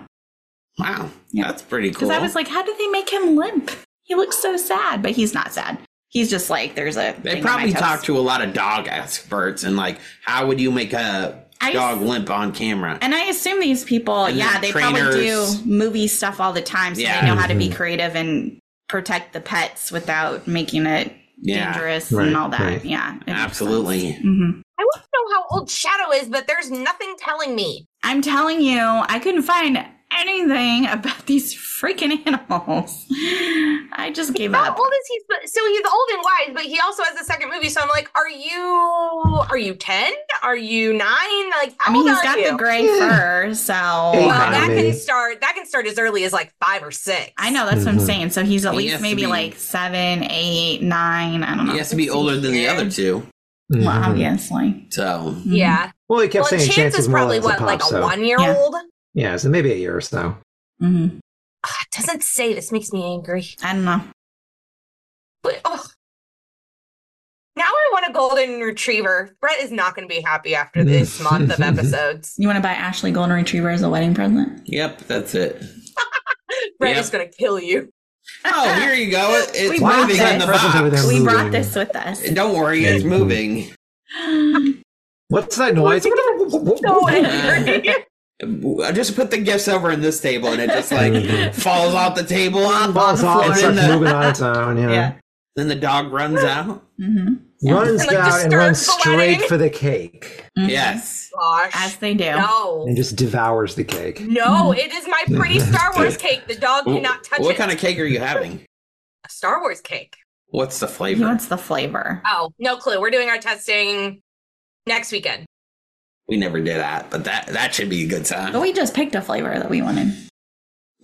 Speaker 3: wow,
Speaker 1: Yeah.
Speaker 3: that's pretty cool.
Speaker 1: because I was like, how did they make him limp? He looks so sad, but he's not sad. He's just like, there's a.
Speaker 3: They probably talked to a lot of dog experts and like, how would you make a
Speaker 1: I-
Speaker 3: dog limp on camera?
Speaker 1: And I assume these people,
Speaker 3: And
Speaker 1: yeah, they
Speaker 3: they're
Speaker 1: probably do
Speaker 3: trainers.
Speaker 1: movie stuff all the time, so
Speaker 3: Yeah.
Speaker 1: they know how to be
Speaker 4: Mhm.
Speaker 1: creative and protect the pets without making it
Speaker 3: Yeah.
Speaker 1: dangerous
Speaker 4: Right,
Speaker 1: and all that.
Speaker 4: right.
Speaker 1: Yeah,
Speaker 3: Absolutely.
Speaker 1: hmm
Speaker 2: I want to know how old Shadow is, but there's nothing telling me.
Speaker 1: I'm telling you, I couldn't find anything about these freaking animals. I just gave
Speaker 2: How
Speaker 1: up.
Speaker 2: old is he? sp- So he's old and wise, but he also has a second movie. So I'm like, are you are you ten? Are you nine? Like, how
Speaker 1: I mean,
Speaker 2: old
Speaker 1: he's
Speaker 2: are
Speaker 1: got
Speaker 2: you?
Speaker 1: the gray fur, so
Speaker 4: Hey,
Speaker 2: Well, that
Speaker 4: Economy.
Speaker 2: can start. That can start as early as like five or six.
Speaker 1: I know that's what I'm
Speaker 4: Mhm.
Speaker 1: saying. So he's at
Speaker 3: He has
Speaker 1: least
Speaker 3: to
Speaker 1: maybe
Speaker 3: be-
Speaker 1: like seven, eight, nine. I don't know.
Speaker 3: He has to be older than the other two.
Speaker 1: Well, obviously.
Speaker 3: So
Speaker 2: Yeah.
Speaker 4: Mm-hmm. Well, he kept
Speaker 2: well,
Speaker 4: saying
Speaker 2: Chance, is
Speaker 4: more
Speaker 2: probably
Speaker 4: or less
Speaker 2: what,
Speaker 4: a
Speaker 2: like
Speaker 4: pop,
Speaker 2: a
Speaker 4: so.
Speaker 2: one year
Speaker 1: Yeah.
Speaker 2: old?
Speaker 4: Yeah, so maybe a year or so.
Speaker 1: hmm
Speaker 2: Doesn't say this makes me angry.
Speaker 1: I don't know.
Speaker 2: But, oh. Now I want a golden retriever. Brett is not going to be happy after this month of episodes.
Speaker 1: You want to buy Ashley Golden Retriever as a wedding present?
Speaker 3: yep, that's it.
Speaker 2: Brett
Speaker 3: Yep.
Speaker 2: is going to kill you.
Speaker 3: Oh, here you go. It-
Speaker 1: We
Speaker 3: It's
Speaker 1: bought
Speaker 3: moving
Speaker 1: it.
Speaker 3: in the
Speaker 4: Presents over
Speaker 3: box.
Speaker 4: there.
Speaker 1: We
Speaker 4: Moving.
Speaker 1: brought this with us.
Speaker 3: Don't worry, it's moving.
Speaker 1: Mm-hmm.
Speaker 4: What's that noise?
Speaker 3: I Uh, just put the gifts over in this table, and it just like falls off the table up on the
Speaker 4: Falls off
Speaker 3: floor,
Speaker 4: and
Speaker 3: and
Speaker 4: starts
Speaker 3: the,
Speaker 4: moving on its own. You know,
Speaker 1: Yeah.
Speaker 3: then the dog runs out.
Speaker 1: hmm
Speaker 4: runs
Speaker 2: And, like,
Speaker 4: down and runs
Speaker 2: disturbs the
Speaker 4: straight
Speaker 2: wedding.
Speaker 4: for the cake
Speaker 3: Yes,
Speaker 1: As
Speaker 2: Gosh.
Speaker 1: they do.
Speaker 2: No.
Speaker 4: and just devours the cake.
Speaker 2: No, it is my pretty Star Wars cake. The dog cannot touch
Speaker 3: what
Speaker 2: it.
Speaker 3: kind of cake are you having?
Speaker 2: a Star Wars cake.
Speaker 3: What's the
Speaker 1: He
Speaker 3: flavor?
Speaker 1: wants the flavor.
Speaker 2: Oh, no clue. We're doing our testing next weekend.
Speaker 3: We never did that, but that that should be a good
Speaker 2: Oh,
Speaker 1: But
Speaker 3: time.
Speaker 1: we just picked a flavor that we wanted.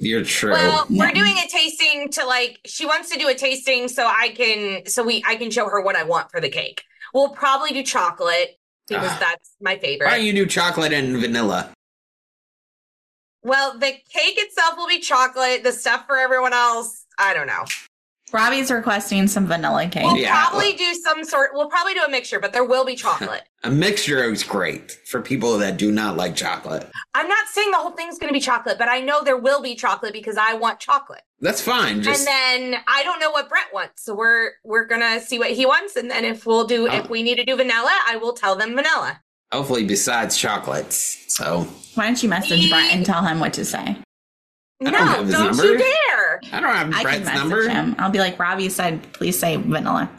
Speaker 3: You're true.
Speaker 2: Well, we're
Speaker 1: Yeah.
Speaker 2: doing a tasting to like she wants to do a tasting so I can so we I can show her what I want for the cake. We'll probably do chocolate because
Speaker 3: Ah.
Speaker 2: that's my
Speaker 3: Why
Speaker 2: favorite.
Speaker 3: don't you do chocolate and vanilla?
Speaker 2: well, the cake itself will be chocolate. The stuff for everyone else, I don't know.
Speaker 1: Robbie's requesting some vanilla cake.
Speaker 2: We'll
Speaker 3: Yeah.
Speaker 2: probably do some sort. We'll probably do a mixture, but there will be chocolate.
Speaker 3: A mixture is great for people that do not like chocolate.
Speaker 2: I'm not saying the whole thing's going to be chocolate, but I know there will be chocolate because I want chocolate.
Speaker 3: That's fine. Just
Speaker 2: and then I don't know what Brett wants, so we're we're gonna see what he wants, and then if we'll do
Speaker 3: Oh.
Speaker 2: if we need to do vanilla, I will tell them vanilla.
Speaker 3: hopefully, besides chocolates. So
Speaker 1: Why don't you message Brett and tell him what to say?
Speaker 3: I
Speaker 2: No,
Speaker 3: don't have
Speaker 2: don't
Speaker 3: his
Speaker 2: you
Speaker 3: number.
Speaker 2: dare!
Speaker 3: I don't have
Speaker 1: I can
Speaker 3: Brett's
Speaker 1: message
Speaker 3: number.
Speaker 1: him. I'll be like, Robbie said, please say vanilla.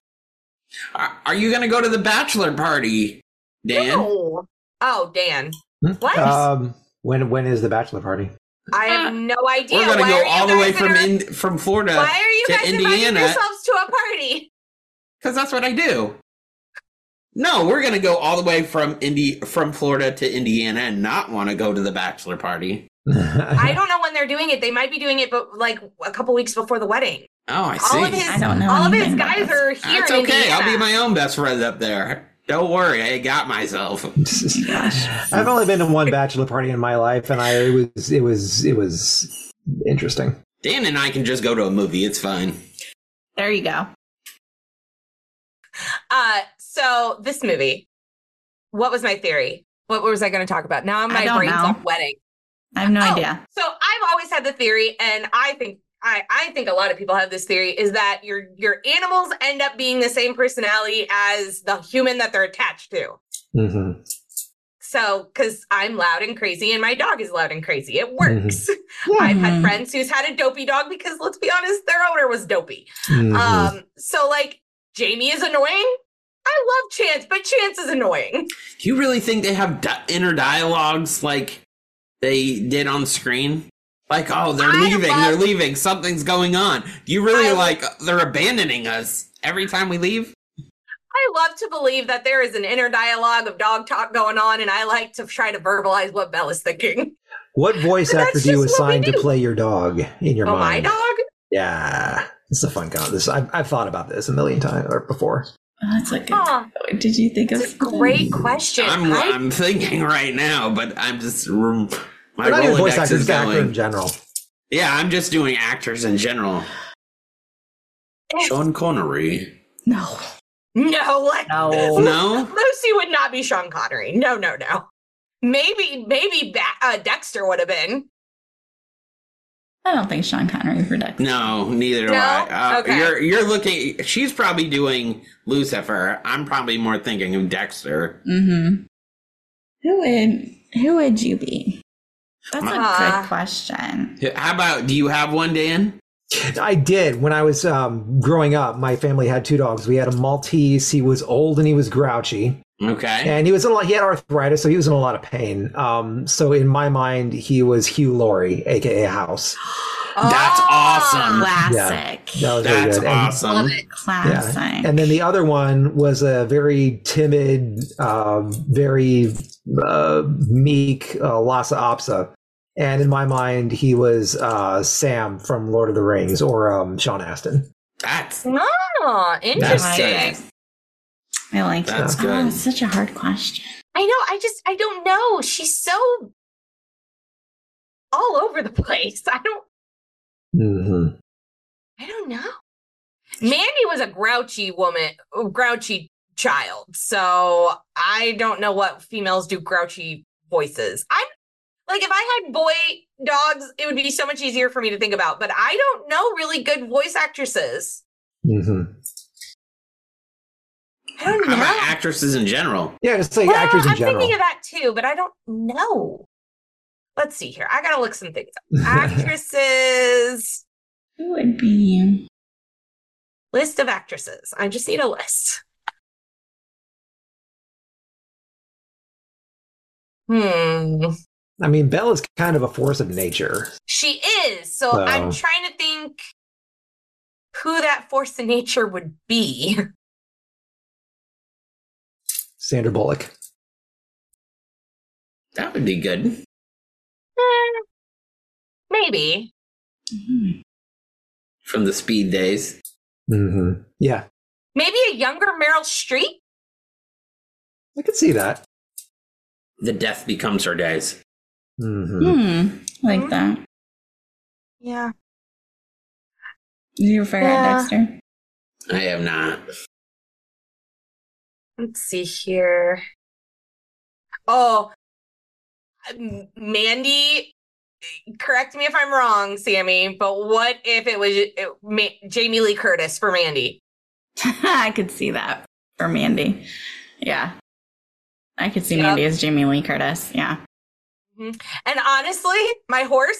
Speaker 3: Are, are you going to go to the bachelor party, Dan?
Speaker 2: No. Oh, Dan, What?
Speaker 4: Um, when when is the bachelor party?
Speaker 2: I
Speaker 1: Uh,
Speaker 2: have no idea.
Speaker 3: We're going to
Speaker 2: Why are
Speaker 3: go
Speaker 2: you
Speaker 3: all the way
Speaker 2: guys
Speaker 3: from
Speaker 2: inter-
Speaker 3: in, from Florida
Speaker 2: Why are you
Speaker 3: to
Speaker 2: guys inviting
Speaker 3: Indiana
Speaker 2: yourselves to a party?
Speaker 3: because that's what I do. No, we're going to go all the way from Indi- from Florida to Indiana and not want to go to the bachelor party.
Speaker 2: I don't know when they're doing it. They might be doing it, but like a couple weeks before the wedding.
Speaker 3: Oh, I see.
Speaker 2: All of his,
Speaker 1: I don't know
Speaker 2: all of his
Speaker 1: anything about
Speaker 2: guys
Speaker 1: this.
Speaker 2: are here.
Speaker 3: That's
Speaker 2: in
Speaker 3: okay. I'll be
Speaker 2: Indiana.
Speaker 3: my own best friend up there. Don't worry, I got myself.
Speaker 4: I've only been to one bachelor party in my life, and I it was it was it was interesting.
Speaker 3: Dan and I can just go to a movie. It's fine.
Speaker 1: There you go.
Speaker 2: Uh, so this movie, what was my theory? What was I going to talk about? Now
Speaker 1: I
Speaker 2: my
Speaker 1: don't
Speaker 2: brain's
Speaker 1: know.
Speaker 2: off wedding.
Speaker 1: I have no
Speaker 2: Oh.
Speaker 1: idea.
Speaker 2: So I've always had the theory, and I think I, I think a lot of people have this theory is that your your animals end up being the same personality as the human that they're attached to.
Speaker 4: hmm
Speaker 2: So, because I'm loud and crazy, and my dog is loud and crazy, it works.
Speaker 4: Yeah.
Speaker 2: I've had
Speaker 1: Mhm.
Speaker 2: friends who's had a dopey dog because, let's be honest, their owner was dopey.
Speaker 4: Mm-hmm.
Speaker 2: Um, so like Jamie is annoying. I love Chance, but Chance is annoying.
Speaker 3: Do you really think they have di- inner dialogues like they did on screen? Like, oh, they're
Speaker 2: I
Speaker 3: leaving,
Speaker 2: love-
Speaker 3: they're leaving, something's going on. Do you really
Speaker 2: I-
Speaker 3: like they're abandoning us every time we leave?
Speaker 2: I love to believe that there is an inner dialogue of dog talk going on, and I like to try to verbalize what Bella's thinking.
Speaker 4: what voice
Speaker 2: That's
Speaker 4: actor do you
Speaker 2: just what we
Speaker 4: assign to
Speaker 2: do.
Speaker 4: play your dog in your
Speaker 2: Oh, my
Speaker 4: mind?
Speaker 2: dog?
Speaker 4: Yeah, this is a fun con. This I've, I've thought about this a million times or before.
Speaker 1: Oh, that's like,
Speaker 2: Huh.
Speaker 1: did you think of
Speaker 2: That's a great question.
Speaker 3: I'm,
Speaker 2: I-
Speaker 3: I'm thinking right now, but I'm just my
Speaker 4: But not even voice
Speaker 3: Rolodex
Speaker 4: actor,
Speaker 3: is
Speaker 4: just actor in
Speaker 3: going.
Speaker 4: general.
Speaker 3: Yeah, I'm just doing actors in general. Sean Connery.
Speaker 1: No,
Speaker 2: no, like,
Speaker 1: no.
Speaker 3: No,
Speaker 2: Lucy would not be Sean Connery. No, no, no. Maybe, maybe ba- uh, Dexter would have been.
Speaker 1: I don't think Sean Connery for Dex.
Speaker 3: no, neither do
Speaker 2: No?
Speaker 3: I. Uh,
Speaker 2: Okay.
Speaker 3: You're you're looking. She's probably doing Lucifer. I'm probably more thinking of Dexter.
Speaker 1: Mm-hmm. Who would who would you be? That's a
Speaker 2: Uh.
Speaker 1: good question.
Speaker 3: Yeah, How about do you have one, Dan?
Speaker 4: I did when I was um, growing up. My family had two dogs. We had a Maltese. He was old and he was grouchy.
Speaker 3: Okay.
Speaker 4: and he was in a lot. He had arthritis, so he was in a lot of pain. Um, so in my mind, he was Hugh Laurie, aka House.
Speaker 3: That's
Speaker 2: Ah.
Speaker 3: awesome.
Speaker 1: Classic.
Speaker 4: That was really
Speaker 3: That's
Speaker 4: good. And-
Speaker 3: awesome.
Speaker 1: Classic.
Speaker 4: And then the other one was a very timid, uh, very uh, meek uh, Lhasa Apso. And in my mind, he was uh, Sam from Lord of the Rings or um, Sean Astin.
Speaker 3: That's
Speaker 2: Oh,
Speaker 3: that's
Speaker 2: interesting.
Speaker 3: good.
Speaker 1: I like
Speaker 3: That's
Speaker 1: that.
Speaker 3: good.
Speaker 1: Oh, it's such a hard question.
Speaker 2: I know. I just, I don't know. She's so all over the place. I don't,
Speaker 4: Mm-hmm.
Speaker 2: I don't know. Mandy was a grouchy woman, grouchy child. So I don't know what females do grouchy voices. I'm like, if I had boy dogs, it would be so much easier for me to think about, but I don't know really good voice actresses.
Speaker 4: Mm-hmm.
Speaker 2: I don't
Speaker 3: How
Speaker 2: know.
Speaker 3: about actresses in general?
Speaker 4: Yeah, just like
Speaker 2: Well,
Speaker 4: actors in
Speaker 2: I'm
Speaker 4: general.
Speaker 2: thinking of that too, but I don't know. Let's see here. I gotta look some things up. Actresses
Speaker 1: Who would be?
Speaker 2: list of actresses. I just need a list. Hmm.
Speaker 4: I mean, Belle is kind of a force of nature.
Speaker 2: She is. So
Speaker 4: Wow.
Speaker 2: I'm trying to think who that force of nature would be.
Speaker 4: Sandra Bullock.
Speaker 3: That would be good.
Speaker 2: Eh, Maybe.
Speaker 3: From the speed days.
Speaker 4: Mm-hmm. Yeah,
Speaker 2: Maybe a younger Meryl Streep?
Speaker 4: I could see that.
Speaker 3: The death becomes her days.
Speaker 4: Mm-hmm.
Speaker 1: Hmm. Like that.
Speaker 2: Yeah.
Speaker 1: Did you ever figure
Speaker 2: Yeah.
Speaker 1: out Dexter?
Speaker 3: I have not.
Speaker 2: Let's see here. Oh, M- Mandy, correct me if I'm wrong, Sammy, but what if it was it, Ma- Jamie Lee Curtis for Mandy?
Speaker 1: I could see that for Mandy. Yeah. I could see
Speaker 2: Yep.
Speaker 1: Mandy as Jamie Lee Curtis. Yeah.
Speaker 2: And honestly, my horse,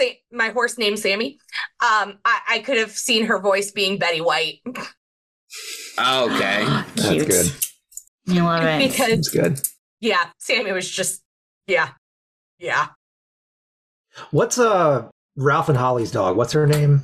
Speaker 2: Sa- my horse named Sammy, um, I, I could have seen her voice being Betty White
Speaker 3: Okay.
Speaker 4: That's
Speaker 1: Cute.
Speaker 4: good.
Speaker 1: I love it.
Speaker 2: because,
Speaker 4: That's good.
Speaker 2: yeah, Sammy was just, yeah, yeah.
Speaker 4: What's uh Ralph and Holly's dog? What's her name?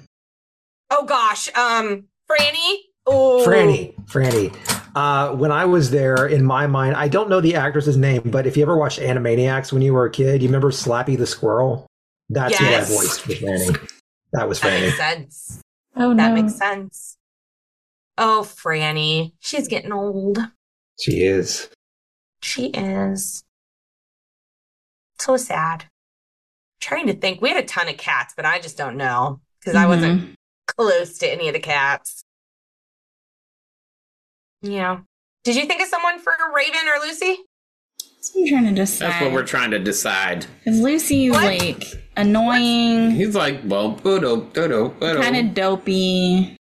Speaker 2: Oh gosh, um, Franny. Oh,
Speaker 4: Franny. Franny. Uh, when I was there, in my mind, I don't know the actress's name, but if you ever watched Animaniacs when you were a kid, you remember Slappy the squirrel. That's
Speaker 2: Yes.
Speaker 4: who I voiced with Franny. That was
Speaker 2: That
Speaker 4: Franny.
Speaker 2: makes sense.
Speaker 1: oh,
Speaker 2: That
Speaker 1: no.
Speaker 2: makes sense. Oh, Franny. She's getting old.
Speaker 4: She is.
Speaker 2: She is. So sad. Trying to think. We had a ton of cats, but I just don't know because I wasn't
Speaker 1: Mhm.
Speaker 2: close to any of the cats. Yeah. Did you think of someone for Raven or Lucy?
Speaker 1: That's what I'm trying to decide.
Speaker 3: That's what we're trying to decide.
Speaker 1: Because Lucy is
Speaker 2: What?
Speaker 1: like annoying,
Speaker 3: He's like, well, dodo, dodo, dodo.
Speaker 1: kind of dopey,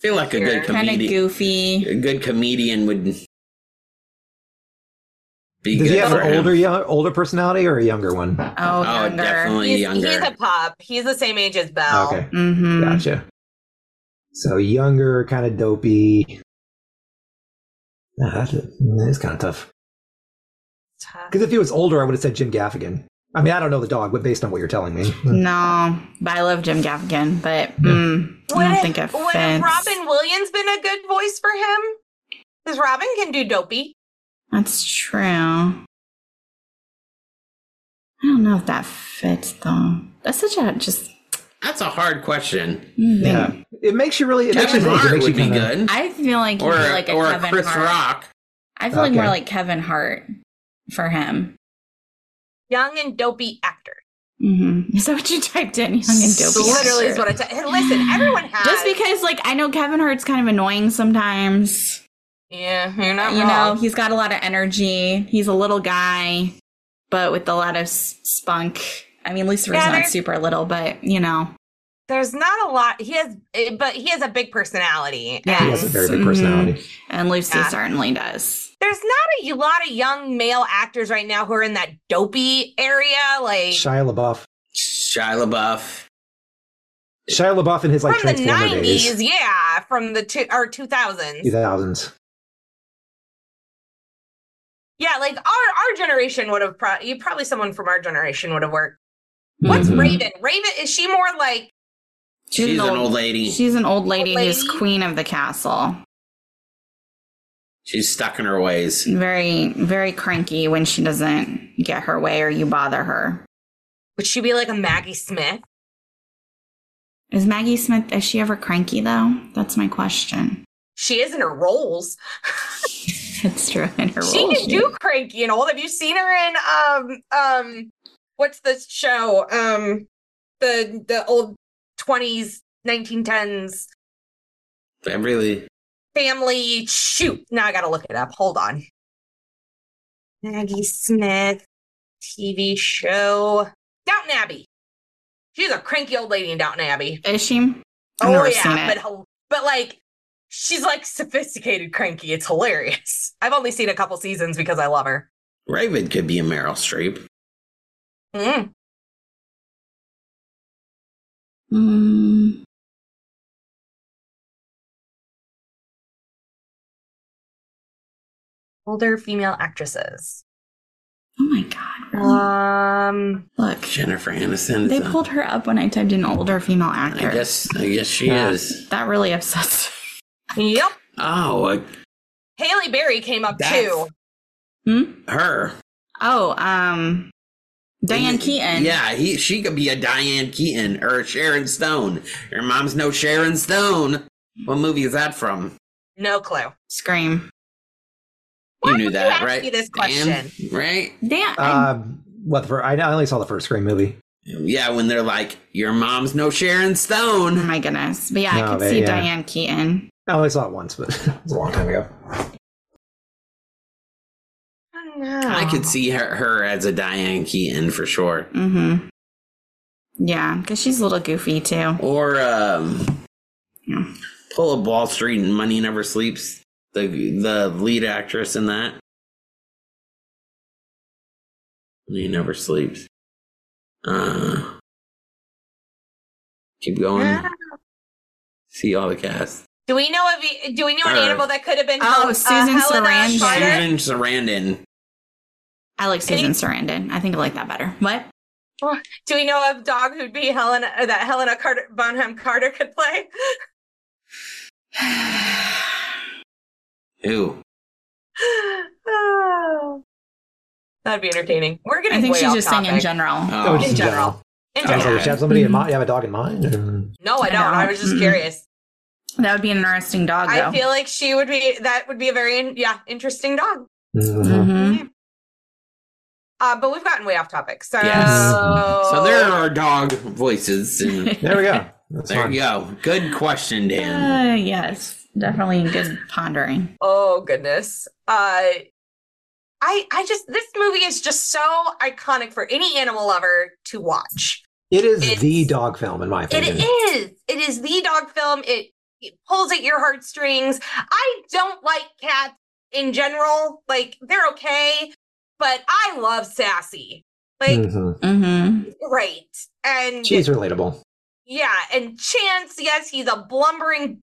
Speaker 3: feel like a good
Speaker 1: kind of
Speaker 3: comedian.
Speaker 1: goofy.
Speaker 3: A good comedian would be
Speaker 4: Does
Speaker 3: good
Speaker 4: he have
Speaker 3: for
Speaker 4: an
Speaker 3: him.
Speaker 4: older, yo- older personality or a younger one?
Speaker 1: Oh,
Speaker 3: Oh,
Speaker 1: younger.
Speaker 3: definitely
Speaker 2: He's,
Speaker 3: younger.
Speaker 2: he's a pup. He's the same age as Belle.
Speaker 4: Oh, Okay,
Speaker 1: Mm-hmm.
Speaker 4: gotcha. So younger, kind of dopey. Nah, that's, that is kind of tough.
Speaker 2: Tough.
Speaker 4: Because if he was older, I would have said Jim Gaffigan. I mean, I don't know the dog, but based on what you're telling me,
Speaker 1: No, but I love Jim Gaffigan, but mm, I
Speaker 2: Would
Speaker 1: don't
Speaker 2: it-
Speaker 1: think it
Speaker 2: would have
Speaker 1: fits.
Speaker 2: Robin Williams been a good voice for him? Because Robin can do dopey.
Speaker 1: That's true. I don't know if that fits though. That's such a just.
Speaker 3: That's a hard question.
Speaker 1: mm,
Speaker 4: yeah, it makes you really. It makes you
Speaker 3: Kevin
Speaker 4: think. It
Speaker 3: Hart
Speaker 4: makes you
Speaker 3: would be
Speaker 4: kinda-
Speaker 3: good.
Speaker 1: I feel like
Speaker 3: Or,
Speaker 1: he'd be like a
Speaker 3: or
Speaker 1: Kevin
Speaker 3: Chris
Speaker 1: Hart.
Speaker 3: Rock.
Speaker 1: I feel like
Speaker 4: Okay.
Speaker 1: more like Kevin Hart for him.
Speaker 2: Young and dopey actor.
Speaker 1: Mm-hmm. Is that what you typed in? Young and dopey. actor.
Speaker 2: Literally is what I said. Listen, everyone has.
Speaker 1: Just because, like, I know Kevin Hart's kind of annoying sometimes.
Speaker 2: Yeah, you're not
Speaker 1: You know,
Speaker 2: wrong.
Speaker 1: he's got a lot of energy. He's a little guy, but with a lot of s- spunk. I mean, Lucifer's
Speaker 2: Yeah,
Speaker 1: not
Speaker 2: there's-
Speaker 1: super little, but you know.
Speaker 2: There's not a lot. He has, eh, but he has a big personality.
Speaker 1: Yeah.
Speaker 2: And
Speaker 4: He has a very big
Speaker 1: Mhm.
Speaker 4: personality.
Speaker 1: And Lucy
Speaker 2: Yeah.
Speaker 1: certainly does.
Speaker 2: There's not a lot of young male actors right now who are in that dopey area. Like
Speaker 4: Shia LaBeouf.
Speaker 3: Shia LaBeouf.
Speaker 4: Shia LaBeouf in his like
Speaker 2: from the
Speaker 4: Transformer
Speaker 2: 90s,
Speaker 4: days,
Speaker 2: yeah, from the two or 2000s.
Speaker 4: two thousands.
Speaker 2: Yeah, like our our generation would have pro- you probably someone from our generation would have worked. What's
Speaker 1: Hmm.
Speaker 4: Mhm.
Speaker 2: Raven? Raven is she more like
Speaker 3: She's, an old, lady.
Speaker 1: She's an old lady,
Speaker 2: Old
Speaker 1: who's
Speaker 2: lady?
Speaker 1: queen of the castle.
Speaker 3: She's stuck in her ways.
Speaker 1: Very, very cranky when she doesn't get her way or you bother her.
Speaker 2: would she be like a Maggie Smith?
Speaker 1: Is Maggie Smith is she ever cranky though? That's my question.
Speaker 2: she is in her roles.
Speaker 1: It's true. In her
Speaker 2: She
Speaker 1: role,
Speaker 2: can do cranky and old. Have you seen her in um um what's the show? Um the the old twenties, nineteen tens
Speaker 3: Beverly.
Speaker 2: family shoot. Now I gotta look it up. Hold on. Maggie Smith TV show. Downton Abbey. She's a cranky old lady in Downton Abbey.
Speaker 1: Is she? I've
Speaker 2: oh
Speaker 1: never
Speaker 2: yeah,
Speaker 1: seen it.
Speaker 2: but hel- but like she's like sophisticated cranky. It's hilarious. I've only seen a couple seasons because I love her.
Speaker 3: Raven could be a Meryl Streep.
Speaker 2: Mm.
Speaker 1: Mm.
Speaker 2: Older female actresses.
Speaker 1: Oh my god. really?
Speaker 2: Um,
Speaker 1: Look.
Speaker 3: Jennifer Aniston. is
Speaker 1: They
Speaker 3: a-
Speaker 1: pulled her up when I typed in older female actor.
Speaker 3: uh, I guess. I guess she
Speaker 4: Yeah.
Speaker 3: is.
Speaker 1: That really upsets me.
Speaker 2: yep.
Speaker 3: Oh, uh,
Speaker 2: Haley Berry came up
Speaker 3: That's-
Speaker 2: too.
Speaker 1: Hmm?
Speaker 3: her.
Speaker 1: Oh, um, Diane Keaton.
Speaker 3: Yeah, he. She could be a Diane Keaton or a Sharon Stone. Your mom's no Sharon Stone. What movie is that from?
Speaker 2: No clue.
Speaker 1: Scream.
Speaker 2: Why
Speaker 3: you knew
Speaker 2: would you
Speaker 3: that,
Speaker 2: ask
Speaker 3: right?
Speaker 2: me this
Speaker 3: Dan? right?
Speaker 1: Dan. I-
Speaker 4: Uh, what the fir- I I only saw the first Scream movie.
Speaker 3: Yeah, when they're like, "Your mom's no Sharon
Speaker 1: oh
Speaker 3: Stone."
Speaker 1: my goodness. But yeah,
Speaker 4: No,
Speaker 1: I could
Speaker 4: but
Speaker 1: see
Speaker 4: yeah.
Speaker 1: Diane Keaton.
Speaker 4: I only saw it once, but it
Speaker 2: Oh,
Speaker 4: was a long time ago.
Speaker 3: I could see her, her as a Diane Keaton for sure,
Speaker 1: Mm-hmm. Yeah, because she's a little goofy too.
Speaker 3: or um,
Speaker 1: Yeah.
Speaker 3: pull up Wall Street and Money Never Sleeps. The the lead actress in that. Money never sleeps. Uh, keep going. See all the cast.
Speaker 2: Do we know if do we know an
Speaker 3: Her.
Speaker 2: animal that could have been?
Speaker 1: Oh,
Speaker 2: called, uh,
Speaker 1: Susan
Speaker 2: Helena
Speaker 1: Sarandon.
Speaker 2: Carter?
Speaker 3: Er. Susan Sarandon.
Speaker 1: I like Susan Sarandon. I think I like that better. What?
Speaker 2: Do we know of dog who'd be Helena or that Helena Carter Bonham Carter could play?
Speaker 3: Who?
Speaker 2: Oh. That'd be entertaining. We're getting.
Speaker 1: I think
Speaker 2: way
Speaker 1: she's
Speaker 2: off
Speaker 1: just
Speaker 2: topic.
Speaker 1: saying in general.
Speaker 3: Oh,
Speaker 4: just
Speaker 2: in general. In
Speaker 4: I was
Speaker 2: general. Mm-hmm.
Speaker 4: like, "Do you have somebody in mind? You have a dog in mind? mm-hmm. Or-
Speaker 2: No, I
Speaker 1: I Mm-hmm.
Speaker 2: don't.
Speaker 1: don't.
Speaker 2: I was just
Speaker 1: Mm-mm.
Speaker 2: curious.
Speaker 1: That would be an interesting dog, though.
Speaker 2: I feel like she would be. That would be a very yeah interesting dog.
Speaker 4: Mhm.
Speaker 2: Mm-hmm.
Speaker 1: hmm
Speaker 2: Uh, but we've gotten way off topic. So
Speaker 3: Yes.
Speaker 2: Mm-hmm.
Speaker 3: so there are dog voices. And
Speaker 4: There we go. That's
Speaker 3: there
Speaker 4: fine.
Speaker 3: you go. Good question, Dan.
Speaker 1: Uh, yes, definitely good pondering.
Speaker 2: Oh goodness. Uh, I I just this movie is just so iconic for any animal lover to watch.
Speaker 4: It is
Speaker 2: It's-
Speaker 4: the dog film, in my
Speaker 2: It
Speaker 4: opinion.
Speaker 2: is. It is the dog film. It, it pulls at your heartstrings. I don't like cats in general. Like they're okay, but I love Sassy. Like
Speaker 4: Mhm.
Speaker 1: Mm-hmm.
Speaker 2: Mm. great and
Speaker 4: She's relatable.
Speaker 2: yeah and chance yes he's a blumbering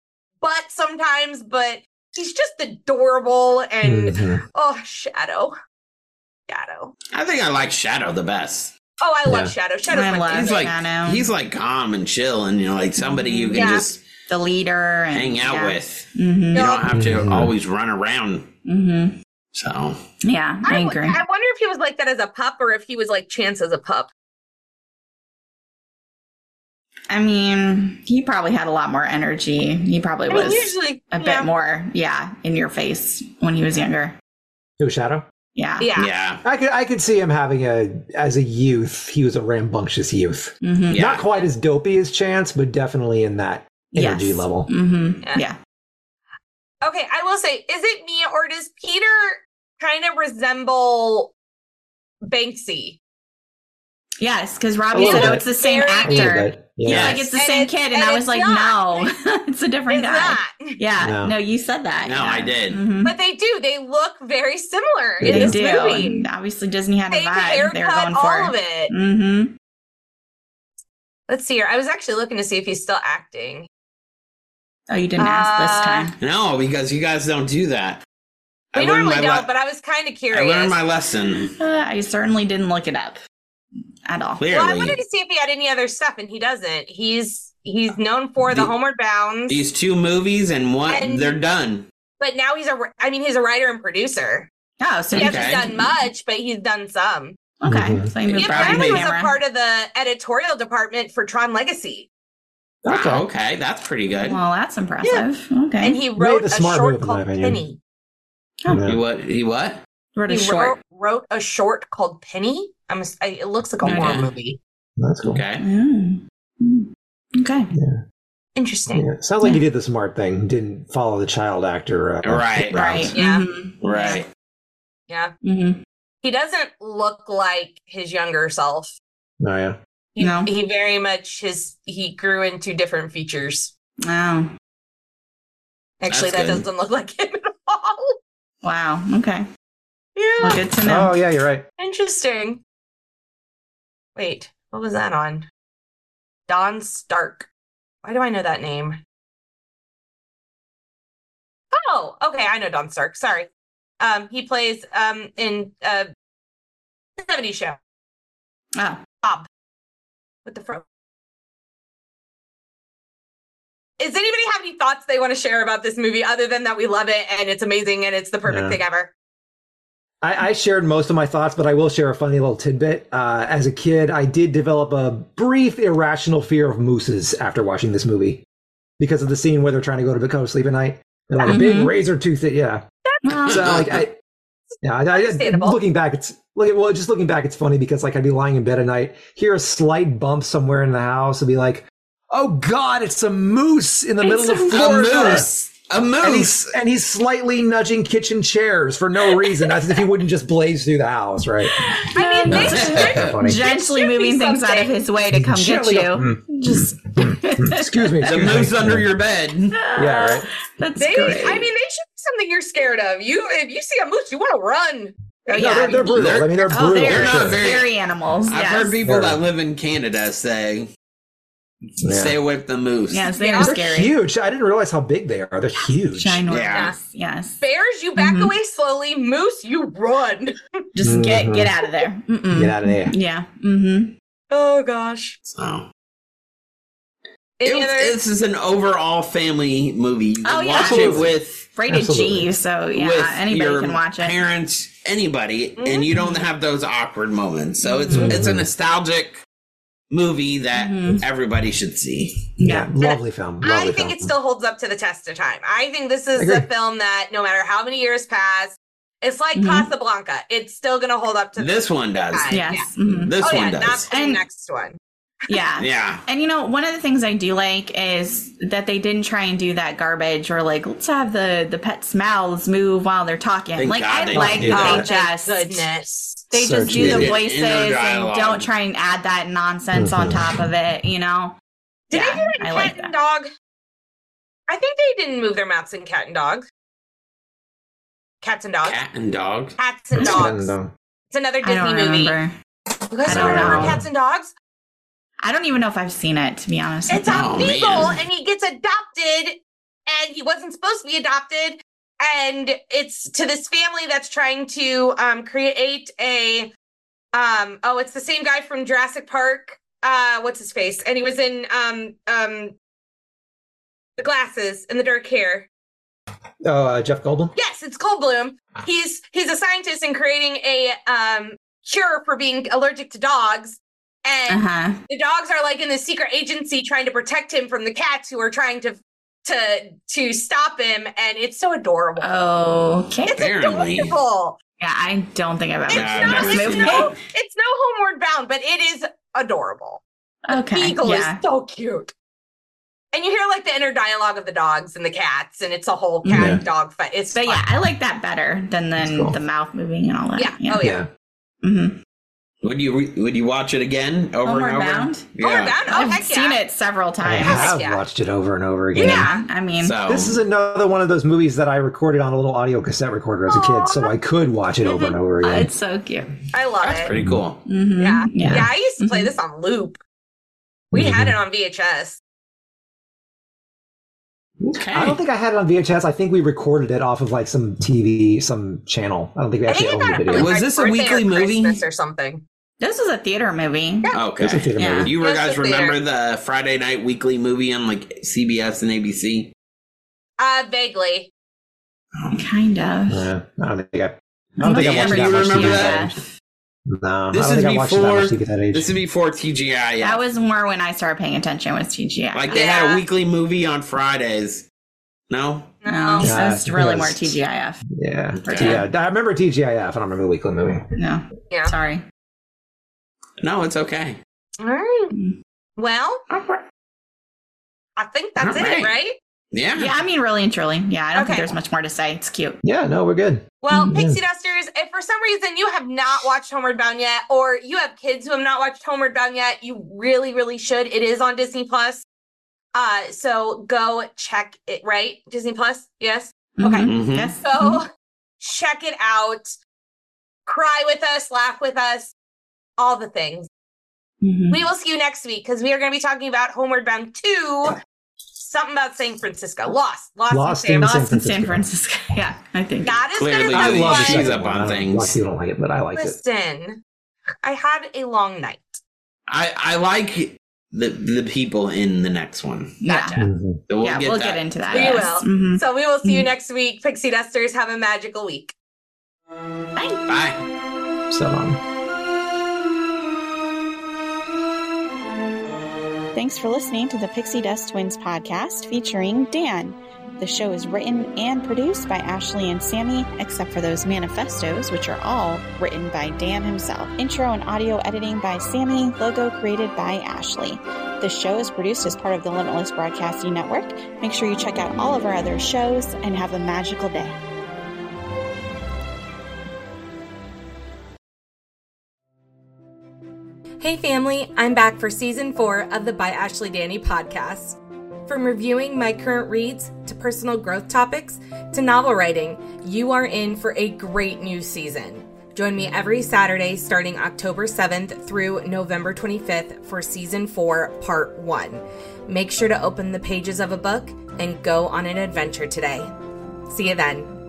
Speaker 2: butt sometimes but he's just adorable and
Speaker 4: Mhm.
Speaker 2: oh shadow shadow
Speaker 3: I think I like Shadow the best.
Speaker 2: oh i love
Speaker 4: Yeah.
Speaker 2: shadow shadow's
Speaker 1: I
Speaker 2: my
Speaker 1: love
Speaker 3: He's
Speaker 2: favorite
Speaker 3: like
Speaker 1: Shadow.
Speaker 3: he's like calm and chill, and you know, like somebody you can
Speaker 2: Yeah.
Speaker 3: just
Speaker 1: The leader and
Speaker 3: hang out with.
Speaker 1: hmm
Speaker 3: You
Speaker 2: No.
Speaker 3: don't have to
Speaker 4: Mhm.
Speaker 3: always run around.
Speaker 1: hmm
Speaker 3: So
Speaker 1: Yeah, I,
Speaker 2: I, w-
Speaker 1: agree.
Speaker 2: I wonder if he was like that as a pup or if he was like chance as a pup
Speaker 1: I mean, he probably had a lot more energy. He probably
Speaker 2: I mean,
Speaker 1: was
Speaker 2: usually
Speaker 1: a
Speaker 2: yeah.
Speaker 1: bit more, yeah, in your face when he was younger.
Speaker 4: Who Shadow?
Speaker 1: Yeah.
Speaker 2: yeah,
Speaker 3: yeah,
Speaker 4: I could I could see him having a as a youth. He was a rambunctious youth.
Speaker 1: Mm-hmm.
Speaker 3: yeah.
Speaker 4: Not quite as dopey as Chance, but definitely in that energy level.
Speaker 1: Mm-hmm.
Speaker 2: Yeah.
Speaker 1: Yeah.
Speaker 2: okay i will say is it me or does peter kind of resemble banksy
Speaker 1: Yes, because Robbie
Speaker 4: A
Speaker 1: said,
Speaker 4: little
Speaker 1: "Oh,
Speaker 4: bit.
Speaker 1: it's the same
Speaker 2: Very
Speaker 4: A little
Speaker 1: actor."
Speaker 4: bit,
Speaker 1: He's
Speaker 4: Yeah.
Speaker 1: like, "It's the
Speaker 2: And
Speaker 1: same
Speaker 2: it's-
Speaker 1: kid," and
Speaker 2: and
Speaker 1: I
Speaker 2: it's
Speaker 1: was like,
Speaker 2: not.
Speaker 1: "No, it's a different
Speaker 2: is
Speaker 1: guy."
Speaker 2: that
Speaker 1: Yeah.
Speaker 4: No.
Speaker 1: No. you said that.
Speaker 3: No,
Speaker 1: yeah.
Speaker 3: I did.
Speaker 1: Mhm.
Speaker 2: But they do. They look very similar in
Speaker 4: They
Speaker 1: They
Speaker 2: this
Speaker 1: do.
Speaker 2: movie.
Speaker 1: and obviously, Disney had a
Speaker 2: Same
Speaker 1: vibe they were
Speaker 2: haircut,
Speaker 1: going
Speaker 2: all
Speaker 1: for.
Speaker 2: of it.
Speaker 1: Mm-hmm.
Speaker 2: Let's see here. I was actually looking to see if he's still acting.
Speaker 1: Oh, you didn't ask
Speaker 2: Uh,
Speaker 1: this time.
Speaker 3: No, because you guys don't do that.
Speaker 2: We
Speaker 3: learned
Speaker 2: normally
Speaker 3: my
Speaker 2: don't,
Speaker 3: le-
Speaker 2: but I was kind of
Speaker 3: I
Speaker 2: curious.
Speaker 3: learned my lesson
Speaker 1: Uh, I certainly didn't look it up at all.
Speaker 3: clearly.
Speaker 2: well, I wanted to see if he had any other stuff, and he doesn't. He's he's known for the
Speaker 3: The-
Speaker 2: Homeward Bound,
Speaker 3: These two movies and what
Speaker 2: And-
Speaker 3: they're done.
Speaker 2: but now he's a. wr- I mean, he's a writer and producer.
Speaker 1: Oh, so
Speaker 2: He
Speaker 1: you
Speaker 3: Yeah,
Speaker 1: okay.
Speaker 2: hasn't done much, but he's done some.
Speaker 1: okay.
Speaker 4: Mhm.
Speaker 1: So you
Speaker 3: He
Speaker 1: moved
Speaker 2: He
Speaker 1: Robbie
Speaker 3: Probably
Speaker 2: apparently
Speaker 1: to
Speaker 2: was a
Speaker 1: camera.
Speaker 2: part of the editorial department for Tron Legacy.
Speaker 4: That's
Speaker 3: Wow,
Speaker 4: all.
Speaker 3: okay, that's pretty good.
Speaker 1: Well, that's impressive. Okay.
Speaker 2: And he wrote
Speaker 4: a
Speaker 2: a
Speaker 4: smart
Speaker 2: short
Speaker 4: move, in my
Speaker 2: called
Speaker 4: opinion.
Speaker 2: Penny.
Speaker 3: He
Speaker 4: Yeah.
Speaker 3: what? He what?
Speaker 1: wrote a
Speaker 2: He
Speaker 1: short.
Speaker 2: wrote, wrote a short called Penny. I'm. as- I, it looks like a
Speaker 3: Okay.
Speaker 2: horror movie.
Speaker 4: That's cool.
Speaker 3: Okay.
Speaker 1: Mm. Mm. Okay.
Speaker 2: Interesting.
Speaker 4: Yeah. Sounds like you did the smart thing. Didn't follow the child actor. Uh,
Speaker 3: Right.
Speaker 1: Right.
Speaker 2: Yeah.
Speaker 1: Mhm.
Speaker 3: Right.
Speaker 2: Yeah,
Speaker 1: Mhm.
Speaker 2: he doesn't look like his younger self.
Speaker 4: No, Oh, yeah.
Speaker 2: He,
Speaker 1: No.
Speaker 2: he very much his he grew into different features.
Speaker 1: Wow.
Speaker 2: Actually,
Speaker 3: That's good.
Speaker 2: that doesn't look like him at all.
Speaker 1: Wow. Okay. Well,
Speaker 2: Yeah,
Speaker 1: good to know.
Speaker 4: Oh, yeah, you're right.
Speaker 2: interesting. Wait, what was that on? Don Stark. Why do I know that name? Oh, okay, I know Don Stark. Sorry. Um, he plays um in uh 70 show
Speaker 1: Oh.
Speaker 2: with the fro. Does anybody have any thoughts they want to share about this movie other than that we love it and it's amazing and it's the perfect
Speaker 4: Yeah.
Speaker 2: thing ever?
Speaker 4: I, I shared most of my thoughts, but I will share a funny little tidbit. Uh, as a kid, I did develop a brief irrational fear of mooses after watching this movie because of the scene where they're trying to go to go to sleep at night. And like a big
Speaker 1: Mhm.
Speaker 4: razor tooth, yeah.
Speaker 1: Well,
Speaker 4: So like, I, yeah, I, I,
Speaker 2: Understandable.
Speaker 4: looking back, it's look. Well, just looking back, it's funny because like I'd be lying in bed at night, hear a slight bump somewhere in the house, and be like, "Oh God, it's a moose in the middle of
Speaker 3: A
Speaker 4: Florida."
Speaker 3: moose. A
Speaker 4: And he's
Speaker 3: moose.
Speaker 4: and he's slightly nudging kitchen chairs for no reason, as if he wouldn't just blaze through the house, right?
Speaker 2: I mean,
Speaker 1: no,
Speaker 2: they
Speaker 1: that's
Speaker 2: should-
Speaker 1: it.
Speaker 4: That's funny.
Speaker 1: gently
Speaker 2: There should be
Speaker 1: moving things out of
Speaker 2: something.
Speaker 1: his way to come get
Speaker 4: Gently go,
Speaker 1: you. Just
Speaker 4: Excuse me.
Speaker 3: The
Speaker 4: excuse me.
Speaker 3: moose under your bed.
Speaker 4: Yeah, right.
Speaker 1: That's
Speaker 2: They,
Speaker 1: great.
Speaker 2: I mean, they should be something you're scared of. You, if you see a moose, you want to run.
Speaker 1: Oh,
Speaker 4: No,
Speaker 1: yeah.
Speaker 4: they're, they're brutal. I mean, they're
Speaker 1: oh,
Speaker 4: brutal.
Speaker 1: they're,
Speaker 3: They're
Speaker 4: for
Speaker 3: not
Speaker 4: sure.
Speaker 3: very-
Speaker 1: very animals.
Speaker 3: I've
Speaker 1: yes.
Speaker 3: heard people
Speaker 4: Yeah.
Speaker 3: that live in Canada say, "Stay away from the moose."
Speaker 1: Yes, they are
Speaker 2: Yeah.
Speaker 4: They're
Speaker 1: scary.
Speaker 4: huge. I didn't realize how big they are. They're huge.
Speaker 1: Ginormous. Yes.
Speaker 2: Bears, you back
Speaker 4: Mm-hmm.
Speaker 1: Mhm.
Speaker 2: away slowly. Moose, you run.
Speaker 1: Just get
Speaker 4: Mhm.
Speaker 3: Mm-hmm.
Speaker 1: get out of there. Mm-mm.
Speaker 4: Get out of there.
Speaker 1: Yeah. Mm-hmm.
Speaker 2: Oh gosh.
Speaker 3: So it
Speaker 2: Any
Speaker 3: was,
Speaker 2: other?
Speaker 3: this is an overall family movie. You
Speaker 1: Oh,
Speaker 3: can
Speaker 1: yeah.
Speaker 3: watch it with
Speaker 1: Rated G,
Speaker 4: Absolutely.
Speaker 1: so yeah,
Speaker 3: with
Speaker 1: anybody
Speaker 3: your
Speaker 1: can watch it. Mm-hmm.
Speaker 3: Parents, anybody, and
Speaker 2: Mhm.
Speaker 3: you don't have those awkward moments. So it's
Speaker 4: Mm-hmm.
Speaker 1: Mhm.
Speaker 3: it's a nostalgic movie that
Speaker 1: Mhm.
Speaker 3: everybody should see.
Speaker 1: Yeah.
Speaker 4: Lovely film. Lovely
Speaker 2: I think
Speaker 4: film. Mm.
Speaker 2: it still holds up to the test of time. I think this is
Speaker 4: Agree.
Speaker 2: a film that, no matter how many years pass, it's like
Speaker 4: Mm-hmm.
Speaker 1: Mhm.
Speaker 2: Casablanca. It's still going to hold up to
Speaker 3: This one does.
Speaker 2: Right. Yeah.
Speaker 1: Yes. mhm.
Speaker 3: This
Speaker 2: oh,
Speaker 3: one
Speaker 2: yeah,
Speaker 3: does.
Speaker 2: not the
Speaker 1: And-
Speaker 2: next one.
Speaker 1: Yeah.
Speaker 3: yeah.
Speaker 1: And you know, one of the things I do like is that they didn't try and do that garbage or like let's have the the pets' mouths move while they're talking.
Speaker 3: Thank
Speaker 1: like
Speaker 3: God
Speaker 1: I
Speaker 3: they
Speaker 1: like
Speaker 3: didn't do
Speaker 1: that they
Speaker 3: that.
Speaker 1: just
Speaker 2: goodness.
Speaker 1: they
Speaker 4: So
Speaker 1: just do
Speaker 4: true.
Speaker 1: the
Speaker 3: Yeah,
Speaker 1: voices
Speaker 3: inner
Speaker 1: and
Speaker 3: dialogue. Mm-hmm.
Speaker 1: don't try and add that nonsense on
Speaker 4: Mhm.
Speaker 1: top of it. You know?
Speaker 2: Did
Speaker 1: yeah,
Speaker 2: they do it
Speaker 1: I
Speaker 2: in cat
Speaker 1: like
Speaker 2: and
Speaker 1: that.
Speaker 2: dog? I think they didn't move their mouths in cat and dog. Cats and dogs.
Speaker 3: Cat and dog.
Speaker 2: Cats and
Speaker 4: It's
Speaker 2: dogs.
Speaker 4: been done.
Speaker 2: It's
Speaker 1: I
Speaker 2: another Disney
Speaker 1: don't
Speaker 2: movie.
Speaker 1: remember.
Speaker 2: You guys
Speaker 1: I
Speaker 2: don't
Speaker 1: don't
Speaker 2: remember
Speaker 1: know.
Speaker 2: cats and dogs?
Speaker 1: I don't even know if I've seen it to be honest.
Speaker 2: It's
Speaker 1: with you.
Speaker 2: a
Speaker 3: Oh,
Speaker 2: beagle,
Speaker 3: man.
Speaker 2: and he gets adopted, and he wasn't supposed to be adopted. And it's to this family that's trying to um, create a. Um, oh, it's the same guy from Jurassic Park. Uh, what's his face? And he was in um, um, the glasses and the dark hair.
Speaker 4: Oh, uh, Jeff Goldblum.
Speaker 2: Yes, it's Goldblum. He's he's a scientist and creating a um, cure for being allergic to dogs. And
Speaker 1: Uh-huh.
Speaker 2: the dogs are like in the secret agency trying to protect him from the cats who are trying to to to stop him and it's so adorable
Speaker 1: Okay.
Speaker 2: it's
Speaker 3: Uh, Apparently.
Speaker 2: adorable
Speaker 1: Yeah, I don't think I've ever
Speaker 2: it's,
Speaker 3: Yeah, I've
Speaker 2: not,
Speaker 1: seen
Speaker 3: never
Speaker 1: this
Speaker 2: it's,
Speaker 1: movie.
Speaker 2: no, it's no homeward bound but it is adorable
Speaker 1: Okay.
Speaker 2: beagle
Speaker 1: Yeah.
Speaker 2: is so cute and you hear like the inner dialogue of the dogs and the cats and it's a whole cat
Speaker 4: Yeah.
Speaker 2: and dog fight it's
Speaker 1: But
Speaker 2: fun.
Speaker 1: yeah, I like that better than
Speaker 4: That's
Speaker 1: than
Speaker 4: cool.
Speaker 1: the mouth moving and all that.
Speaker 2: yeah, oh yeah,
Speaker 4: Yeah.
Speaker 1: Mm-hmm.
Speaker 3: Would you re- would you watch it again over
Speaker 1: Homeward
Speaker 3: and over?
Speaker 1: Bound?
Speaker 3: Yeah.
Speaker 2: Homeward Bound? Oh,
Speaker 1: I've
Speaker 2: heck
Speaker 1: seen
Speaker 2: yeah.
Speaker 1: it several
Speaker 4: I
Speaker 1: times.
Speaker 2: Yeah.
Speaker 4: have watched it over and over again.
Speaker 1: Yeah, I mean,
Speaker 3: So
Speaker 4: This is another one of those movies that I recorded on a little audio cassette recorder as a kid,
Speaker 2: Aw.
Speaker 4: so I could watch it over and over
Speaker 1: uh,
Speaker 4: again.
Speaker 1: it's so cute.
Speaker 2: i love
Speaker 3: that's
Speaker 2: it
Speaker 3: pretty Mm-hmm. cool.
Speaker 1: Mm-hmm.
Speaker 2: yeah. yeah
Speaker 1: yeah.
Speaker 2: i used to play this on loop we
Speaker 4: Mm-hmm.
Speaker 2: had it on vhs
Speaker 3: Okay.
Speaker 4: I don't think I had it on VHS. I think we recorded it off of like some TV, some channel. I don't think we
Speaker 2: i
Speaker 4: actually
Speaker 2: think i
Speaker 4: owned the
Speaker 2: got it
Speaker 4: video.
Speaker 2: for like
Speaker 3: Was
Speaker 2: my
Speaker 3: this a
Speaker 2: birthday
Speaker 3: weekly
Speaker 2: or
Speaker 3: movie?
Speaker 2: Christmas or something
Speaker 1: This was a theater movie.
Speaker 4: It was a
Speaker 3: Okay.
Speaker 4: theater
Speaker 1: Yeah.
Speaker 4: movie.
Speaker 3: You
Speaker 2: Yes,
Speaker 3: guys
Speaker 2: it's
Speaker 3: remember the Friday night weekly movie on like CBS and ABC?
Speaker 2: uh vaguely
Speaker 1: Kind of.
Speaker 4: Yeah, I don't think I. I don't think
Speaker 3: Yeah,
Speaker 4: I watched
Speaker 3: but
Speaker 4: that
Speaker 3: you
Speaker 4: much
Speaker 3: remember
Speaker 4: TV.
Speaker 3: that?
Speaker 4: though. No,
Speaker 3: This
Speaker 4: I don't
Speaker 3: is
Speaker 4: think I watched it that
Speaker 3: before.
Speaker 4: much TV that age.
Speaker 3: This is before TGI.
Speaker 1: That was more when I started paying attention was TGI.
Speaker 3: like they had a weekly movie on Fridays. No,
Speaker 1: no,
Speaker 4: Yeah,
Speaker 1: that's really more
Speaker 4: yes.
Speaker 1: TGIF.
Speaker 4: yeah,
Speaker 1: Yeah.
Speaker 4: yeah. I remember TGIF. I don't remember the weekly movie.
Speaker 1: No,
Speaker 2: Yeah.
Speaker 1: sorry.
Speaker 3: no, it's okay.
Speaker 2: All right.
Speaker 1: Mm.
Speaker 2: Well, I think that's
Speaker 3: All
Speaker 2: it,
Speaker 3: right.
Speaker 2: right?
Speaker 3: Yeah.
Speaker 1: Yeah, I mean, really and truly. Yeah, I don't think
Speaker 2: Okay.
Speaker 1: there's much more to say. It's cute.
Speaker 4: Yeah, no, we're good.
Speaker 2: Well,
Speaker 4: Mm, yeah.
Speaker 2: Pixie Dusters, if for some reason you have not watched Homeward Bound yet, or you have kids who have not watched Homeward Bound yet, you really, really should. It is on Disney Plus. Uh, so go check it, right? Disney Plus, yes. Okay.
Speaker 1: Mhm.
Speaker 3: Mhm.
Speaker 1: Yes.
Speaker 2: So
Speaker 1: Mhm.
Speaker 2: check it out. Cry with us, laugh with us, all the things.
Speaker 1: Mhm.
Speaker 2: We will see you next week because we are going to be talking about Homeward Bound 2, something about San Francisco. Lost. Lost,
Speaker 4: Lost
Speaker 2: in San
Speaker 4: in
Speaker 2: Francisco.
Speaker 4: San
Speaker 1: Lost in San
Speaker 4: Francisco.
Speaker 1: Francisco. Yeah, I think.
Speaker 2: That is going to
Speaker 3: Clearly
Speaker 2: be
Speaker 3: I
Speaker 4: I
Speaker 3: you
Speaker 4: love
Speaker 3: love
Speaker 4: the
Speaker 3: the cheese
Speaker 2: one.
Speaker 3: second up on
Speaker 4: I don't-
Speaker 3: things.
Speaker 4: A lot of people don't like it, but I liked it.
Speaker 2: Listen, I had a long night.
Speaker 3: I I like the the people in the next one.
Speaker 1: yeah,
Speaker 4: Mhm.
Speaker 3: So we'll
Speaker 1: yeah,
Speaker 3: get
Speaker 1: we'll
Speaker 3: that.
Speaker 1: get into that.
Speaker 2: We
Speaker 1: yes.
Speaker 2: will.
Speaker 1: Mhm.
Speaker 2: So we will see you
Speaker 1: Mhm.
Speaker 2: next week. Pixie Dusters, have a magical week.
Speaker 1: Bye.
Speaker 3: Bye.
Speaker 4: So um,
Speaker 5: Thanks for listening to the Pixie Dust Twins podcast featuring Dan. The show is written and produced by Ashley and Sammy, except for those manifestos, which are all written by Dan himself. Intro and audio editing by Sammy, logo created by Ashley. The show is produced as part of the Limitless Broadcasting Network. Make sure you check out all of our other shows and have a magical day.
Speaker 2: Hey, family, I'm back for season four of the By Ashley Danny podcast. From reviewing my current reads to personal growth topics to novel writing, you are in for a great new season. Join me every Saturday starting October 7th through November 25th for season four, part one. Make sure to open the pages of a book and go on an adventure today. See you then.